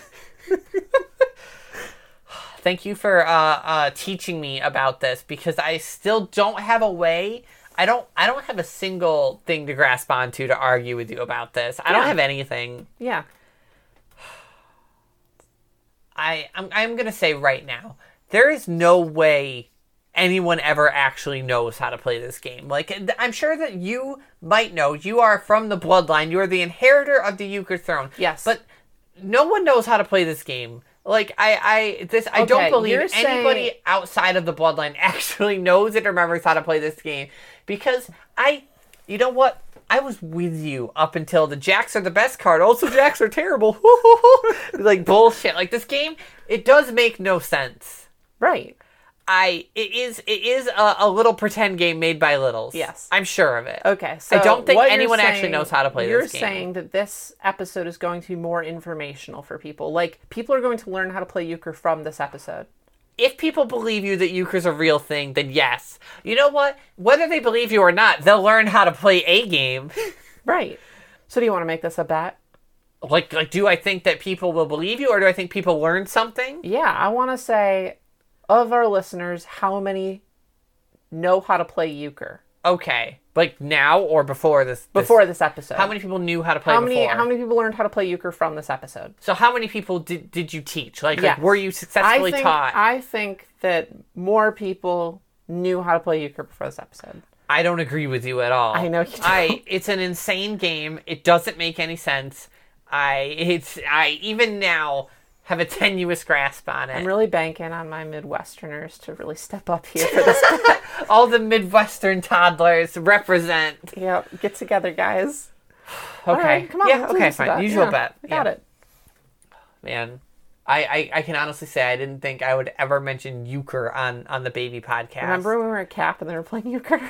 B: Thank you for uh, uh, teaching me about this because I still don't have a way I don't I don't have a single thing to grasp onto to argue with you about this. I don't
C: Yeah.
B: have anything.
C: Yeah.
B: I I'm, I'm gonna say right now, there is no way anyone ever actually knows how to play this game. Like th- I'm sure that you might know. You are from the bloodline. You are the inheritor of the Euchre throne.
C: Yes.
B: but no one knows how to play this game. Like I, I this I
C: Okay,
B: don't believe
C: you're
B: anybody
C: saying-
B: outside of the bloodline actually knows and remembers how to play this game because I, you know what? I was with you up until the Jacks are the best card. Also, Jacks are terrible. like bullshit. Like this game, it does make no sense.
C: Right.
B: I it is it is a, a little pretend game made by littles.
C: Yes.
B: I'm sure of it.
C: Okay. So
B: I don't think
C: what you're
B: anyone actually
C: saying-
B: knows how to play
C: You're
B: this game.
C: saying that this episode is going to be more informational for people. Like people are going to learn how to play euchre from this episode.
B: if people believe you that euchre's a real thing, then yes. You know what? Whether they believe you or not, they'll learn how to play a game.
C: Right. So do you want to make this a bet?
B: like like do I think that people will believe you or do I think people learn something?
C: Yeah, I want to say of our listeners, how many know how to play euchre
B: Okay. Like now or before this, this-
C: before this episode?
B: how many people knew how to play
C: How many,
B: before?
C: how many people learned how to play euchre from this episode?
B: so how many people did did you teach? Like,
C: Yes.
B: like were you
C: I
B: successfully
C: think,
B: taught? I,
C: I think that more people knew how to play euchre before this episode.
B: don't agree with you at all.
C: I know you don't.
B: I it's an insane game. It doesn't make any sense. I it's I even now have a tenuous grasp on it.
C: I'm really banking on my Midwesterners to really step up here for this.
B: all the Midwestern toddlers represent. Okay,
C: yep, get together, guys. All right, come on.
B: yeah,
C: let's do
B: okay,
C: this
B: fine. Usual
C: Yeah,
B: bet.
C: I Got
B: Yeah.
C: it.
B: man. I, I, I can honestly say I didn't think I would ever mention euchre on, on the baby podcast.
C: Remember when we were at Cap and they were playing euchre?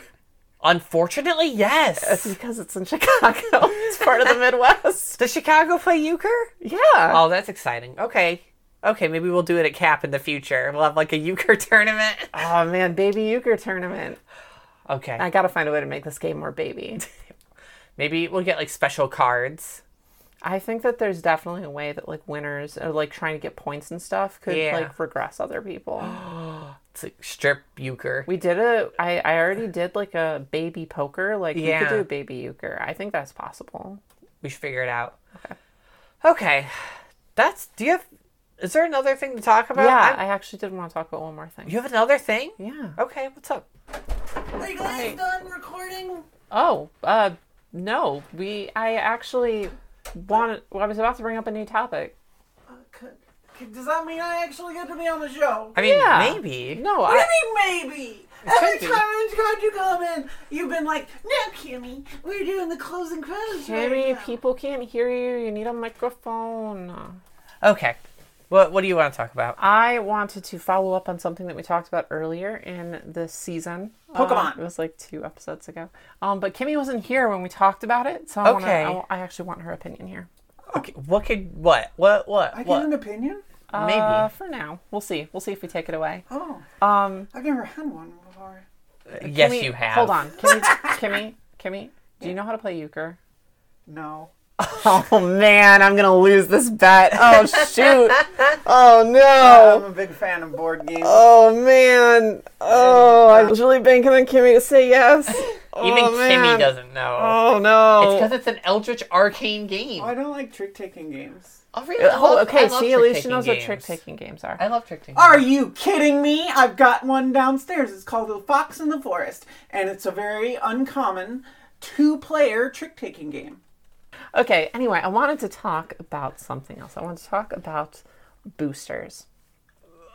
B: Unfortunately,
C: It's
B: yes.
C: because it's in Chicago. It's part of the Midwest.
B: Does Chicago play euchre?
C: Yeah.
B: Oh, that's exciting. Okay. Okay, maybe we'll do it at Cap in the future. We'll have like a euchre tournament.
C: Oh man, baby euchre tournament.
B: Okay.
C: I gotta find a way to make this game more baby.
B: Maybe we'll get like special cards.
C: I think that there's definitely a way that like winners or like trying to get points and stuff could
B: Yeah.
C: like regress other people.
B: It's like strip euchre.
C: We did a I, I already did like a baby poker. Like we
B: Yeah.
C: could do a baby euchre. I think that's possible.
B: We should figure it out. Okay. That's do you have is there another thing to talk about?
C: yeah,
B: I'm-
C: I actually did want to talk about one more thing.
B: you have another thing?
C: Yeah.
B: Okay, what's up? Are you guys
C: Right.
B: done recording?
C: Oh, uh no. We I actually wanted well, I was about to bring up a new topic.
D: Uh, Does that mean I actually get to be on the show?
B: I mean,
C: Yeah.
B: maybe.
C: No,
D: What
C: I
D: do you mean maybe? Every
C: could be.
D: time I've you come in, you've been like, no, Kimmy, we're doing the closing credits right
C: Tammy,
D: now."
C: people can't hear you. You need a microphone.
B: Okay. What What do you want to talk about?
C: I wanted to follow up on something that we talked about earlier in this season. Um,
D: Pokemon.
C: it was like two episodes ago. Um, but Kimmy wasn't here when we talked about it, so I wanna,
B: Okay.
C: I, wa- I actually want her opinion here.
B: Okay. What could what what what
D: I get
B: what?
D: an opinion?
B: Maybe.
C: Uh, for now, we'll see. We'll see if we take it away.
D: Oh,
C: Um,
D: I've never had one before.
B: yes,
C: Kimmy-
B: you have.
C: Hold on, Kimmy, Kimmy, Kimmy. Do you know how to play euchre?
D: No.
C: Oh man, I'm gonna lose this bet. Oh shoot. oh no.
D: I'm a big fan of board games.
C: Oh man! Oh, I was really banking on Kimmy to say yes.
B: Even
C: oh,
B: Kimmy
C: man.
B: doesn't know.
C: Oh no!
B: It's because it's an Eldritch Arcane game.
D: I don't like trick taking games.
B: Oh, really? I
C: oh,
B: love- I
C: okay.
B: love
C: See, at least she
B: trick-taking
C: knows what
B: games.
C: trick taking Ah! games are.
B: I love trick taking.
D: Are you kidding me? I've got one downstairs. It's called The Fox in the Forest, and it's a very uncommon two player trick taking game.
C: Okay. Anyway, I wanted to talk about something else. I wanted to talk about boosters.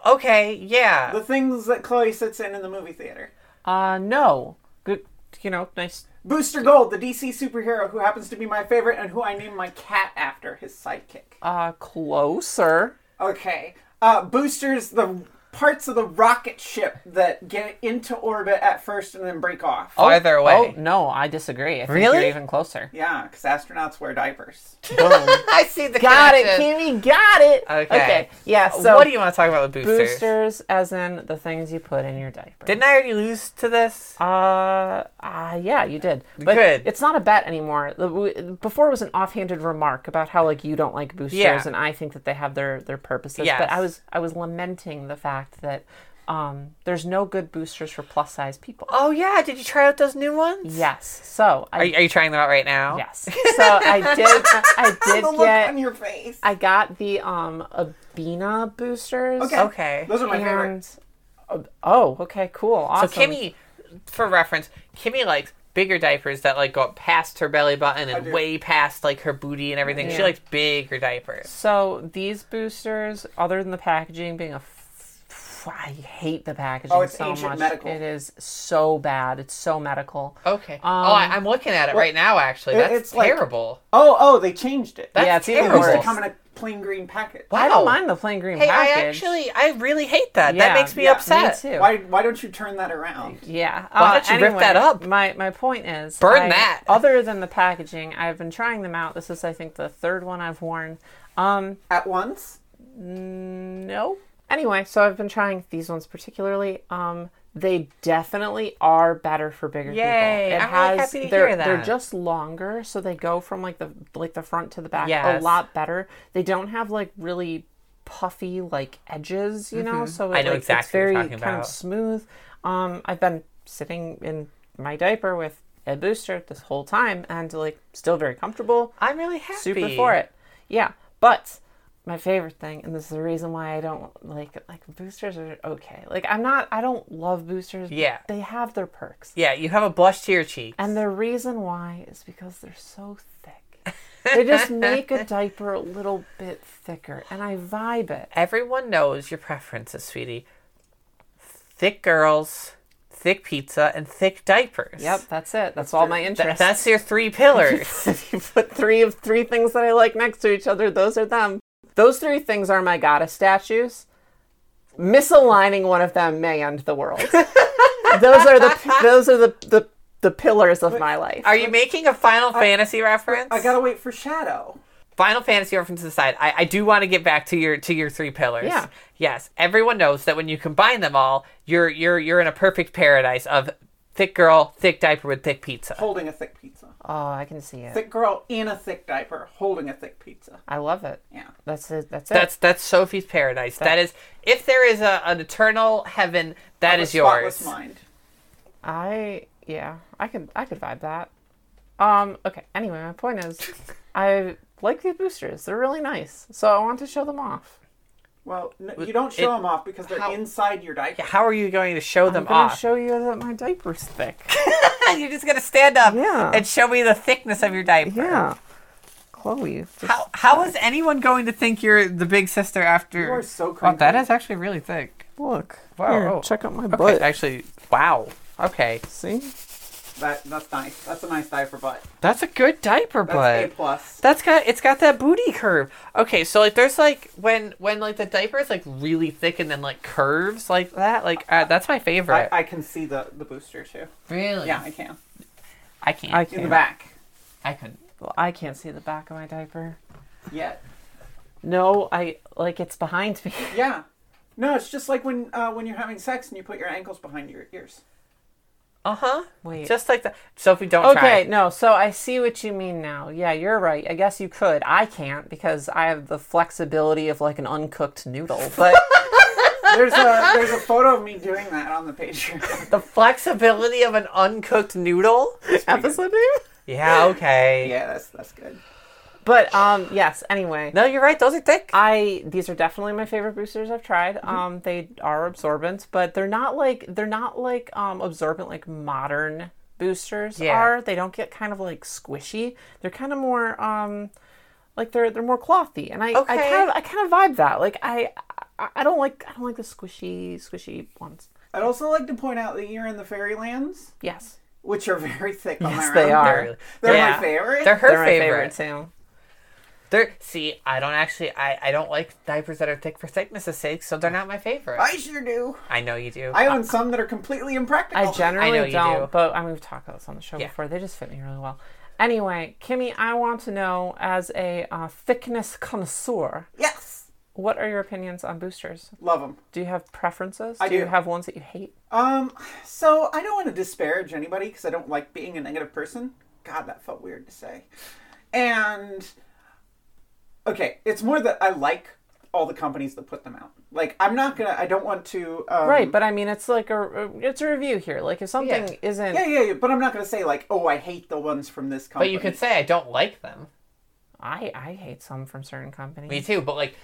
B: Okay. Yeah.
D: The things that Chloe sits in in the movie theater.
C: Uh, no. Good. You know, nice.
D: Booster Gold, the DC superhero who happens to be my favorite and who I named my cat after, his sidekick.
C: Uh, closer.
D: Okay. Uh, boosters the parts of the rocket ship that get into orbit at first and then break off. Yeah, 'cause
B: Farther away.
C: Oh no, I disagree. I think
B: Really?
C: You're even closer.
D: Yeah, because astronauts wear diapers.
B: I see the.
C: Got it,
B: connection.
C: Kimmy. Got it.
B: Okay. Uh,
C: Yeah. So
B: what do you want to talk about with boosters?
C: boosters, as in the things you put in your diaper.
B: Didn't I already lose to this?
C: Uh, uh, yeah, you did. But
B: Good.
C: It's not a bet anymore. The- w- Before it was an offhanded remark about how like you don't like boosters,
B: Yeah.
C: and I think that they have their their purposes.
B: Yes.
C: But I was I was lamenting the fact that um, there's no good boosters for plus size people.
B: Oh yeah, did you try out those new ones?
C: Yes. So I
B: Are you, are you trying them out right now?
C: yes. So I did I
D: the
C: did
D: look on
C: get
D: your face.
C: I got the um Abina boosters.
D: Okay.
B: Okay.
D: Those are my favorite.
C: and oh, okay, cool. Awesome.
B: So Kimmy, for reference, Kimmy likes bigger diapers that like go up past her belly button and
D: do.
B: way past like her booty and everything. She
C: Yeah.
B: likes bigger diapers.
C: So these boosters, other than the packaging being a, f- f- I hate the packaging
D: Oh, it's
C: so
D: ancient
C: much.
D: medical.
C: It is so bad. It's so medical.
B: Okay. oh, I, I'm looking at it right now. Actually,
D: it-
B: that's
D: it's like-
B: terrible.
D: Oh, oh, they changed it.
B: That's
C: yeah, it's even
D: it used
B: terrible.
D: to
C: worse.
D: come in a plain green packet.
B: wow.
C: I don't mind the plain green
B: Hey,
C: package.
B: I actually, I really hate that.
C: Yeah,
B: that makes me
D: yeah, me
B: upset.
C: Me too.
D: Why, why don't you turn that around?
C: Yeah. Uh,
B: Why don't you rip that up?
C: My my point is
B: Burn
C: I-
B: that.
C: Other than the packaging, I've been trying them out. This is I think the third one I've worn. Um
D: At once?
C: no. Anyway, so I've been trying these ones particularly. Um they definitely are better for bigger
B: Yay,
C: people. It
B: I'm really
C: has
B: happy to
C: they're
B: hear that.
C: they're just longer, so they go from like the like the front to the back
B: Yes.
C: a lot better. They don't have like really puffy like edges, you know, so it,
B: Mm-hmm. I know
C: like, it's
B: exactly what
C: very
B: you're talking
C: kind of
B: about.
C: smooth. Um, I've been sitting in my diaper with a booster this whole time and like still very comfortable.
B: I'm really happy.
C: Super for it. Yeah. But my favorite thing, and this is the reason why I don't like like boosters are okay. Like I'm not I don't love boosters. but
B: Yeah.
C: They have their perks.
B: Yeah, you have a blush to your cheek.
C: And the reason why is because they're so thick. They just make a diaper a little bit thicker and I vibe it.
B: Everyone knows your preferences, sweetie. Thick girls, thick pizza, and thick diapers.
C: Yep, that's it. That's all my
B: Th-
C: interest.
B: that's your three pillars.
C: if you put three of three things that I like next to each other, those are them. Those three things are my goddess statues. Misaligning one of them may end the world. those are the those are the the, the pillars of my life.
B: Are you making a Final Fantasy reference?
D: I gotta wait for Shadow.
B: Final Fantasy references aside, I, I do want to get back to your to your three pillars.
C: Yeah.
B: Yes. Everyone knows that when you combine them all, you're you're you're in a perfect paradise of thick girl, thick diaper with thick pizza.
D: Holding a thick pizza.
C: oh, I can see it.
D: Thick girl in a thick diaper holding a thick pizza.
C: I love it.
D: Yeah.
C: That's it. That's it.
B: That's that's Sophie's paradise. that is if there is a, an eternal heaven, that
D: A
B: is yours.
D: Spotless mind.
C: I yeah, I could I could vibe that. Um okay, anyway, my point is I like the boosters. They're really nice. So I want to show them off.
D: Well, no, you don't show
B: it-
D: them off because they're
B: how-
D: inside your diaper.
B: How are you going to show them
C: I'm going to
B: off?
C: show you that my diaper's thick.
B: You're just gonna stand up
C: Yeah.
B: and show me the thickness of your diaper.
C: Yeah. Chloe. just-
B: How how is anyone going to think you're the big sister after?
D: You are so
B: Wow,
D: crazy.
B: that is actually really thick.
C: Look.
B: Wow.
C: Here, check out my
B: Okay,
C: butt.
B: actually, wow. Okay,
C: See?
D: That, that's nice. That's a nice diaper butt.
B: that's a good diaper,
D: That's
B: but
D: A plus.
B: that's got it's got that booty curve. Okay, so like there's like when when like the diaper is like really thick and then like curves like that. Like uh, that's my favorite.
D: I, I can see the, the booster too.
B: really?
D: Yeah, I can.
B: I can't.
C: I
B: I,
D: In the
C: can't.
D: back.
B: couldn't.
C: Well, I can't see the back of my diaper.
D: Yeah.
C: No, I like it's behind me.
D: Yeah. No, it's just like when uh, when you're having sex and you put your ankles behind your ears.
B: Uh huh.
C: Wait.
B: Just like that. Sophie, don't try.
C: Okay, no. So I see what you mean now. Yeah, you're right. I guess you could. I can't because I have the flexibility of like an uncooked noodle. But
D: There's a there's a photo of me doing that on the Patreon.
B: The flexibility of an uncooked noodle.
C: episode name.
B: Yeah. Okay.
D: Yeah, that's that's good.
C: But um, yes. Anyway,
B: No, you're right. Those are thick.
D: Uh,
C: I these are definitely my favorite boosters I've tried.
B: Mm-hmm.
C: Um, they are absorbent, but they're not like they're not like um absorbent like modern boosters
B: Yeah.
C: are. They don't get kind of like squishy. They're kind of more um like they're they're more clothy, and I I
B: Okay.
C: kind of I kind of vibe that. Like I I I don't like I don't like the squishy squishy ones.
D: I'd also like to point out that you're in the fairylands,
C: Yes,
D: which are very thick on
C: Yes,
D: their
C: they
D: own.
C: are.
B: They're,
D: They're
B: yeah.
D: my favorite.
B: They're her
C: they're my
B: favorite.
C: favorite too.
B: They're see, I don't actually I, I don't like diapers that are thick for thickness' sake, so they're not my favorite. I,
D: I sure do.
B: know you do.
D: I own some that are completely impractical.
C: I generally
B: Oh, know you
C: don't,
B: do.
C: but I mean, we've talked about this on the show before. They just fit me really well. Anyway, Kimmy, I want to know as a uh, thickness connoisseur,
D: yes,
C: what are your opinions on boosters?
D: love them.
C: Do you have preferences?
D: I
C: you
D: do.
C: have ones that you hate?
D: Um, so I don't want to disparage anybody because I don't like being a negative person. God, that felt weird to say. And okay, it's more that I like all the companies that put them out. Like I'm not gonna. I don't want to. Um,
C: Right, but I mean, it's like a it's a review here. Like if something
B: Yeah.
C: isn't,
D: Yeah, yeah, yeah. But I'm not gonna say like, oh, I hate the ones from this
B: But
D: company.
B: you could say I don't like them.
C: I I hate some from certain companies.
B: Me too. But like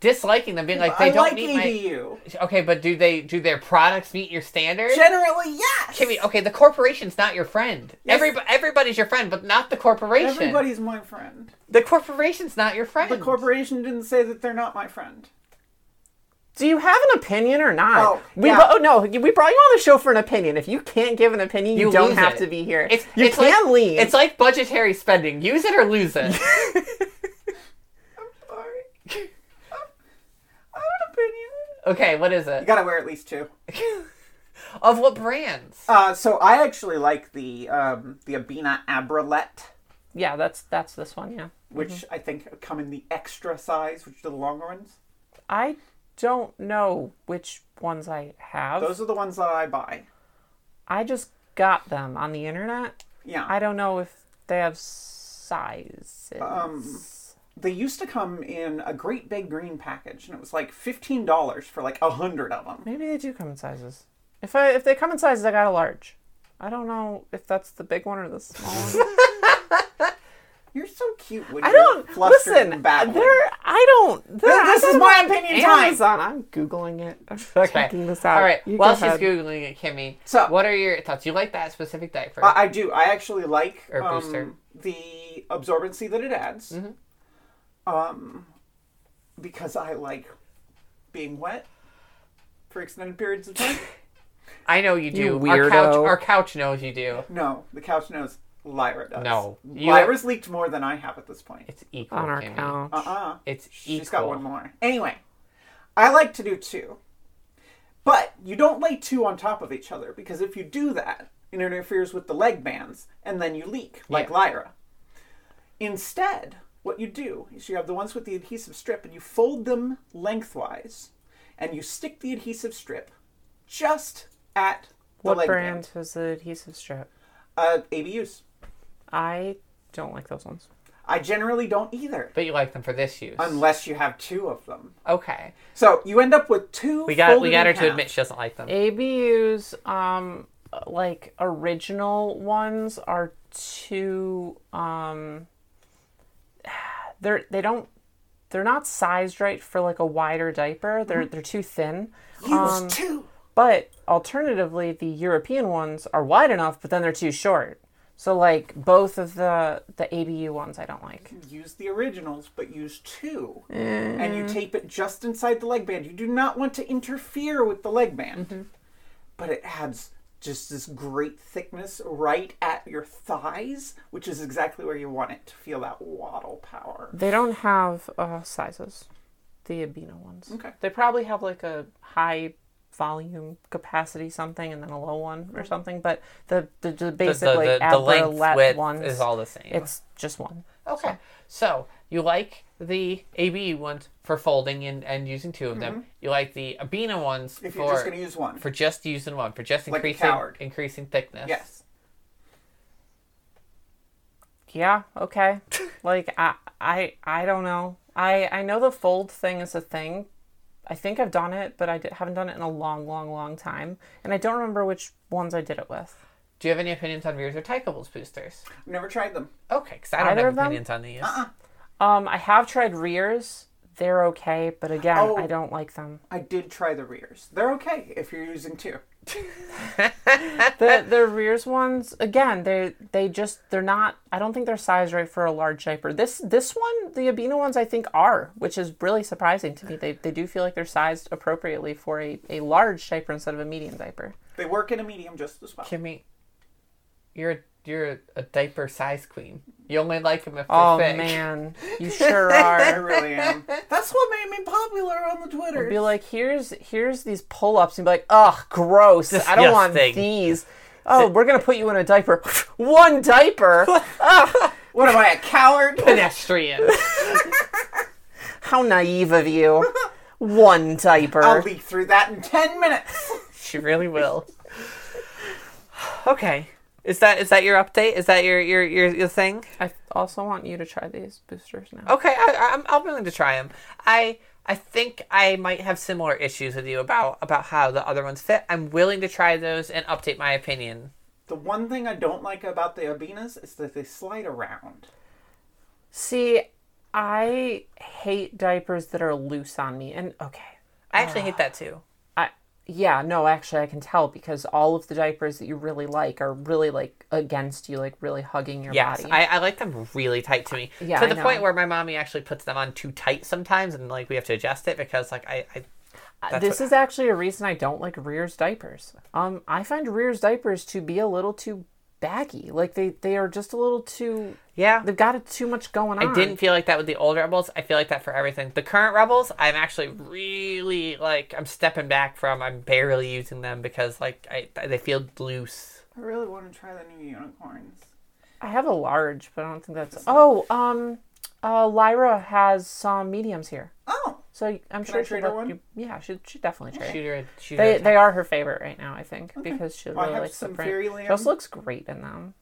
B: disliking them, being like they
D: I
B: don't
D: like E
B: meet my.
D: ADU.
B: Okay, but do they do their products meet your standards?
D: Generally, yes.
B: Kimmy, okay, the corporation's not your friend. Everyb- everybody's your friend, but not the corporation.
D: Everybody's my friend.
B: The corporation's not your friend.
D: The corporation didn't say that they're not my friend.
C: Do you have an opinion or not?
D: Oh,
C: we
D: yeah.
C: bo- oh no, we brought you on the show for an opinion. If you can't give an opinion, you,
B: You
C: don't
B: lose
C: have
B: it.
C: to be here.
B: It's,
C: you
B: it's
C: can
B: like,
C: leave.
B: It's like budgetary spending. Use it or lose it.
D: Sorry. I have an opinion.
B: okay, what is it?
D: You gotta wear at least two.
B: of what brands?
D: Uh, so I actually like the um, the Abina Abralette,
C: yeah, that's that's this one. Yeah,
D: which
C: Mm-hmm.
D: I think come in the extra size, which are the longer ones.
C: I don't know which ones I have.
D: Those are the ones that I buy.
C: I just got them on the internet.
D: Yeah.
C: I don't know if they have sizes.
D: Um, they used to come in a great big green package, and it was like fifteen dollars for like a hundred of them.
C: Maybe they do come in sizes. If I if they come in sizes, I got a large. I don't know if that's the big one or the small one.
D: You're so cute when
C: I
D: you're
C: don't
D: flustered
C: listen.
D: and
C: They're
D: babbling.
C: I don't. They're,
D: This- this
C: I
D: is
C: don't
D: my
C: know.
D: opinion time.
C: Amazon. I'm googling it. I'm
B: Okay.
C: checking this out.
B: All right.
C: You
B: While
C: go
B: she's
C: ahead.
B: googling it, Kimmy,
D: So-
B: what are your thoughts? You like that specific diaper?
D: I, I do. I actually like
B: Or
D: um,
B: booster.
D: the absorbency that it adds. Um,
B: Mm-hmm.
D: because I like being wet for extended periods of time.
B: I know you do.
C: You
B: Our couch,
C: weirdo.
B: our couch knows you do.
D: no, the couch knows Lyra does.
B: No. You-
D: Lyra's leaked more than I have at this point.
B: It's equal.
C: on our
B: Kimmy.
C: couch.
D: Uh uh
B: It's equal.
D: She's got one more. Anyway, I like to do two. But you don't lay two on top of each other because if you do that, it interferes with the leg bands and then you leak like
B: Yeah.
D: Lyra. Instead, what you do is you have the ones with the adhesive strip and you fold them lengthwise and you stick the adhesive strip just at the
C: what
D: leg
C: brand was the adhesive strip?
D: band. Uh, ABUs.
C: I don't like those ones.
D: I generally don't either
B: But you like them for this use.
D: unless you have two of them.
B: okay.
D: So you end up with two.
B: We got we
D: folded
B: got her
D: in
B: to
D: half.
B: admit she doesn't like them.
C: ABU's um like original ones are too um they're they don't they're not sized right for like a wider diaper. They're they're too thin.
D: Use two.
C: But alternatively, the European ones are wide enough, but then they're too short. So like both of the the ABU ones I don't like.
D: use the originals, but use two. And you tape it just inside the leg band. You do not want to interfere with the leg band. But it adds just this great thickness right at your thighs, which is exactly where you want it to feel that waddle power.
C: They don't have uh, sizes. The Abino ones.
D: Okay.
C: They probably have like a high volume capacity something and then a low one or something, but the the, the
B: The,
C: basic
B: the,
C: like
B: the, the length
C: Abralette
B: width
C: ones
B: is all the same.
C: it's just one.
B: Okay. So you like the ABE ones for folding and, and using two of them. You like the Abina ones
D: Mm-hmm. If
B: for
D: you're just going to use one.
B: for just using one for just
D: Like a
B: increasing
D: coward.
B: increasing thickness.
D: yes.
C: Yeah, okay. like I I I don't know. I I know the fold thing is a thing. I think I've done it, but I di- haven't done it in a long, long, long time, and I don't remember which ones I did it with.
B: Do you have any opinions on rears or Tychables boosters?
D: I've never tried them.
B: Okay, because I don't
C: Either
B: have
C: of them?
B: opinions on these.
C: Um, I have tried rears. They're okay, but again,
D: Oh.
C: I don't like them.
D: I did try the rears. They're okay if you're using two.
C: the the rears ones again they they just they're not i don't think they're sized right for a large diaper this this one the abino ones i think are which is really surprising to me they, they do feel like they're sized appropriately for a, a large diaper instead of a medium diaper
D: They work in a medium just as well.
B: Kimmy, you're you're a diaper size queen. You only like them if they're
C: oh
B: thick.
C: man you sure
D: I
C: are
D: really am. That's what made me popular on the Twitter.
C: be like here's here's these pull-ups and be like ugh gross i don't want
B: Disgusting.
C: these oh we're gonna put you in a diaper one diaper
D: What am I, a coward?
B: Pedestrian.
C: how naive of you one diaper
D: I'll leak through that in 10 minutes.
B: she really will. Okay. Is that is that your update? Is that your your your, your thing?
C: I also want you to try these boosters now.
B: Okay, I, I'm I'm willing to try them. I I think I might have similar issues with you about about how the other ones fit. I'm willing to try those and update my opinion.
D: The one thing I don't like about the Abinas is that they slide around.
C: See, I hate diapers that are loose on me. And okay,
B: I actually hate that too.
C: I yeah, no, actually I can tell because all of the diapers that you really like are really like against you, like really hugging your
B: Yes,
C: body.
B: I, I like them really tight to me.
C: Yeah,
B: to
C: I
B: the
C: know.
B: point where my mommy actually puts them on too tight sometimes, and like we have to adjust it because like I, I that's
C: Uh, this is actually a reason I don't like Rears diapers. Um, I find Rears diapers to be a little too baggy. Like they they are just a little too.
B: Yeah.
C: they've got too much going on.
B: I didn't feel like that with the old rebels. I feel like that for everything. The current rebels, I'm actually really like I'm stepping back from. I'm barely using them because like I they feel loose.
D: I really want to try the new unicorns.
C: I have a large, but I don't think that's. Oh, um, uh, Lyra has some mediums here,
D: Oh,
C: so I'm sure
D: I
C: she'll
D: trade her
C: let
D: one?
C: You, yeah, she she definitely trade.
B: Shooter, shooter.
C: They they are her favorite right now, I think, because she
D: Well, I
C: really
D: have
C: likes the
D: some
C: print.
D: Fairyland.
C: She also looks great in them.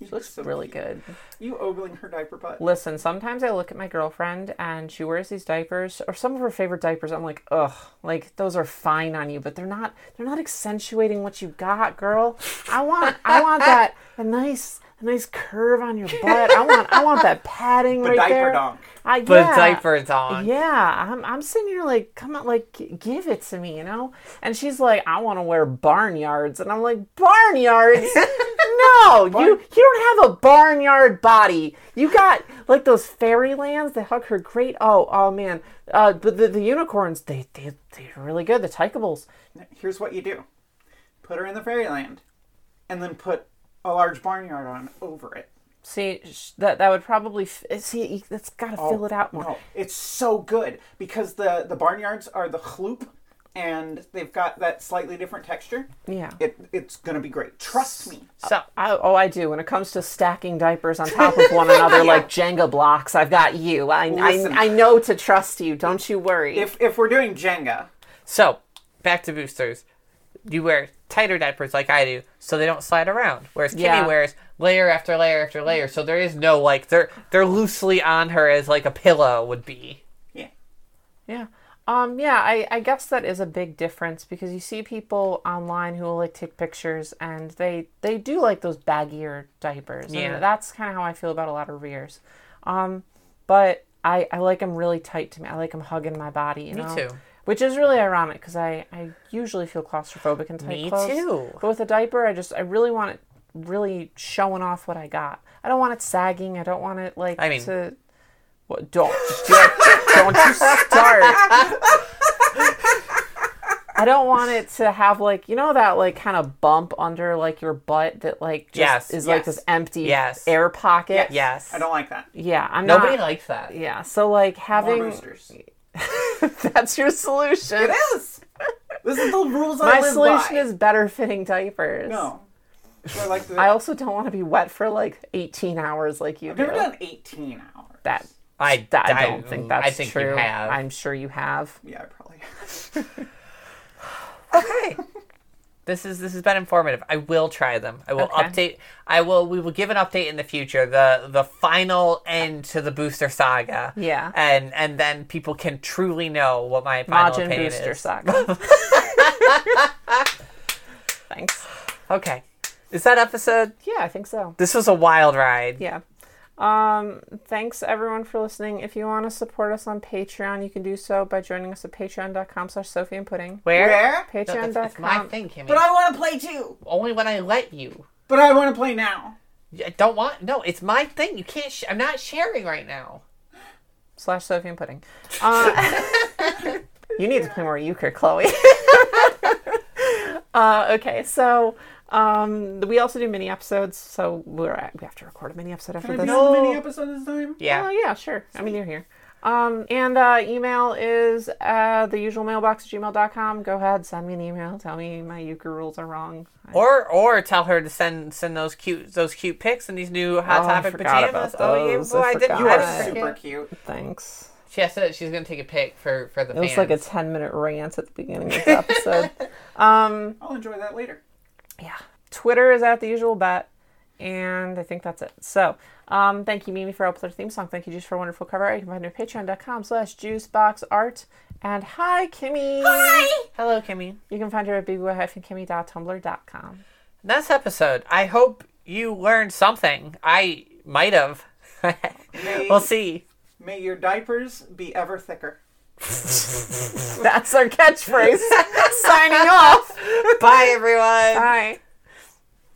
D: you
C: She looks really good.
D: You ogling her diaper butt.
C: Listen, sometimes I look at my girlfriend and she wears these diapers or some of her favorite diapers. I'm like, ugh, like those are fine on you, but they're not. They're not accentuating what you got, girl. I want, I want that a nice, a nice curve on your butt. I want, I want that padding right
D: diaper
C: there.
D: donk.
C: I,
B: but
C: yeah.
B: diapers on.
C: Yeah, I'm, I'm sitting here like, come on, like, g- give it to me, you know? And she's like, I want to wear barnyards. And I'm like, barnyards? no, you, you don't have a barnyard body. You got, like, those fairylands that hug her great. Oh, oh, man. Uh, but the, the unicorns, they, they, they're really good. The tykables.
D: Here's what you do put her in the fairyland, and then put a large barnyard on over it.
C: See, sh- that, that would probably, f- see, that's got to fill it out more.
D: No, Oh, it's so good because the, the barnyards are the chloop and they've got that slightly different texture.
C: Yeah.
D: It, it's going to be great. Trust me.
B: So
C: I, oh, I do. When it comes to stacking diapers on top of one another like Jenga blocks, I've got you. I,
D: Listen.
C: I, I know to trust you. Don't you worry.
D: If, if we're doing Jenga,
B: so back to boosters. You wear tighter diapers like I do, so they don't slide around. Whereas Kitty
C: Yeah.
B: wears layer after layer after layer, so there is no like they're they're loosely on her as like a pillow would be.
D: yeah.
C: yeah. Um, yeah, I, I guess that is a big difference because you see people online who will like take pictures and they, they do like those baggier diapers. And
B: Yeah.
C: that's kind of how I feel about a lot of rears. Um, but I, I like them really tight to me. I like them hugging my body. You me
B: too.
C: Which is really ironic because I, I usually feel claustrophobic in tight
B: Me
C: clothes.
B: too.
C: But with a diaper, I just I really want it really showing off what I got. I don't want it sagging. I don't want it like
B: I mean-
C: to. What, don't don't, don't you start. I don't want it to have like you know that like kind of bump under like your butt that like just
B: Yes,
C: is like
D: yes.
C: this empty
B: Yes.
C: air pocket.
B: Yes.
D: I don't like that.
C: Yeah, I'm
B: Nobody
C: not.
B: likes that.
C: yeah, so like
D: More
C: having
D: boosters.
C: that's your solution.
D: It is. This is the rules I
C: My
D: live
C: solution
D: by.
C: is better fitting diapers.
D: no. I like the,
C: I also don't want to be wet for like 18 hours like you
D: I've
C: do.
D: never done 18 hours.
C: that,
B: I,
C: that I, don't think that's
B: I think
C: true.
B: you have.
C: I'm sure you have.
D: Yeah, I probably.
B: okay. This is this has been informative. I will try them. I will
C: Okay.
B: update. I will. We will give an update in the future. The the final end to the booster saga.
C: Yeah.
B: And and then people can truly know what my final
C: Majin
B: opinion
C: booster
B: is.
C: saga. Thanks.
B: Okay. Is that episode?
C: Yeah, I think so.
B: This was a wild ride.
C: Yeah. Um, thanks everyone for listening. If you want to support us on Patreon, you can do so by joining us at patreon.com slash Sophie and Pudding.
B: Where?
D: Where?
B: No, that's, that's
C: Patreon.com.
B: my thing, Kimmy.
D: But I want to play too.
B: Only when I let you.
D: But I want to play now.
B: I don't want. No, it's my thing. You can't. Sh- I'm not sharing right now.
C: slash Sophie and Pudding. Uh, you need to play more euchre, Chloe. uh, okay, so um, we also do mini episodes, so we're at, we have to record a mini episode after
D: Can I
C: this.
D: be on the mini episode this time?
B: Yeah.
C: Oh yeah, sure. I mean, you're here. Um, and uh, email is uh, the usual mailbox at gmail.com. Go ahead, send me an email. Tell me my euchre rules are wrong. I-
B: Or or tell her to send send those cute those cute pics and these new hot
C: Oh, I
B: topic
C: forgot
B: pajamas.
C: about
B: Oh yeah,
C: those.
B: boy,
C: I
B: I didn't.
C: forgot.
D: You
B: I
D: are
B: didn't
D: super
B: forget.
D: cute.
C: Thanks.
B: She has to, she's gonna take a pic for for the
C: It was
B: fans.
C: like a 10 minute rant at the beginning of the episode.
D: I'll enjoy that later.
C: yeah. Twitter is at the usual bet. And I think that's it. So, um, thank you, Mimi, for help with our theme song. Thank you, Juice, for a wonderful cover art. You can find her at patreon.com slash juiceboxart. And hi, Kimmy. Hi.
B: Hello, Kimmy.
C: You can find her at bigwa-kimmy.tumblr.com.
B: This episode, I hope you learned something. I might have. we'll see.
D: May your diapers be ever thicker.
C: That's our catchphrase. Signing off.
B: Bye, everyone.
C: Bye.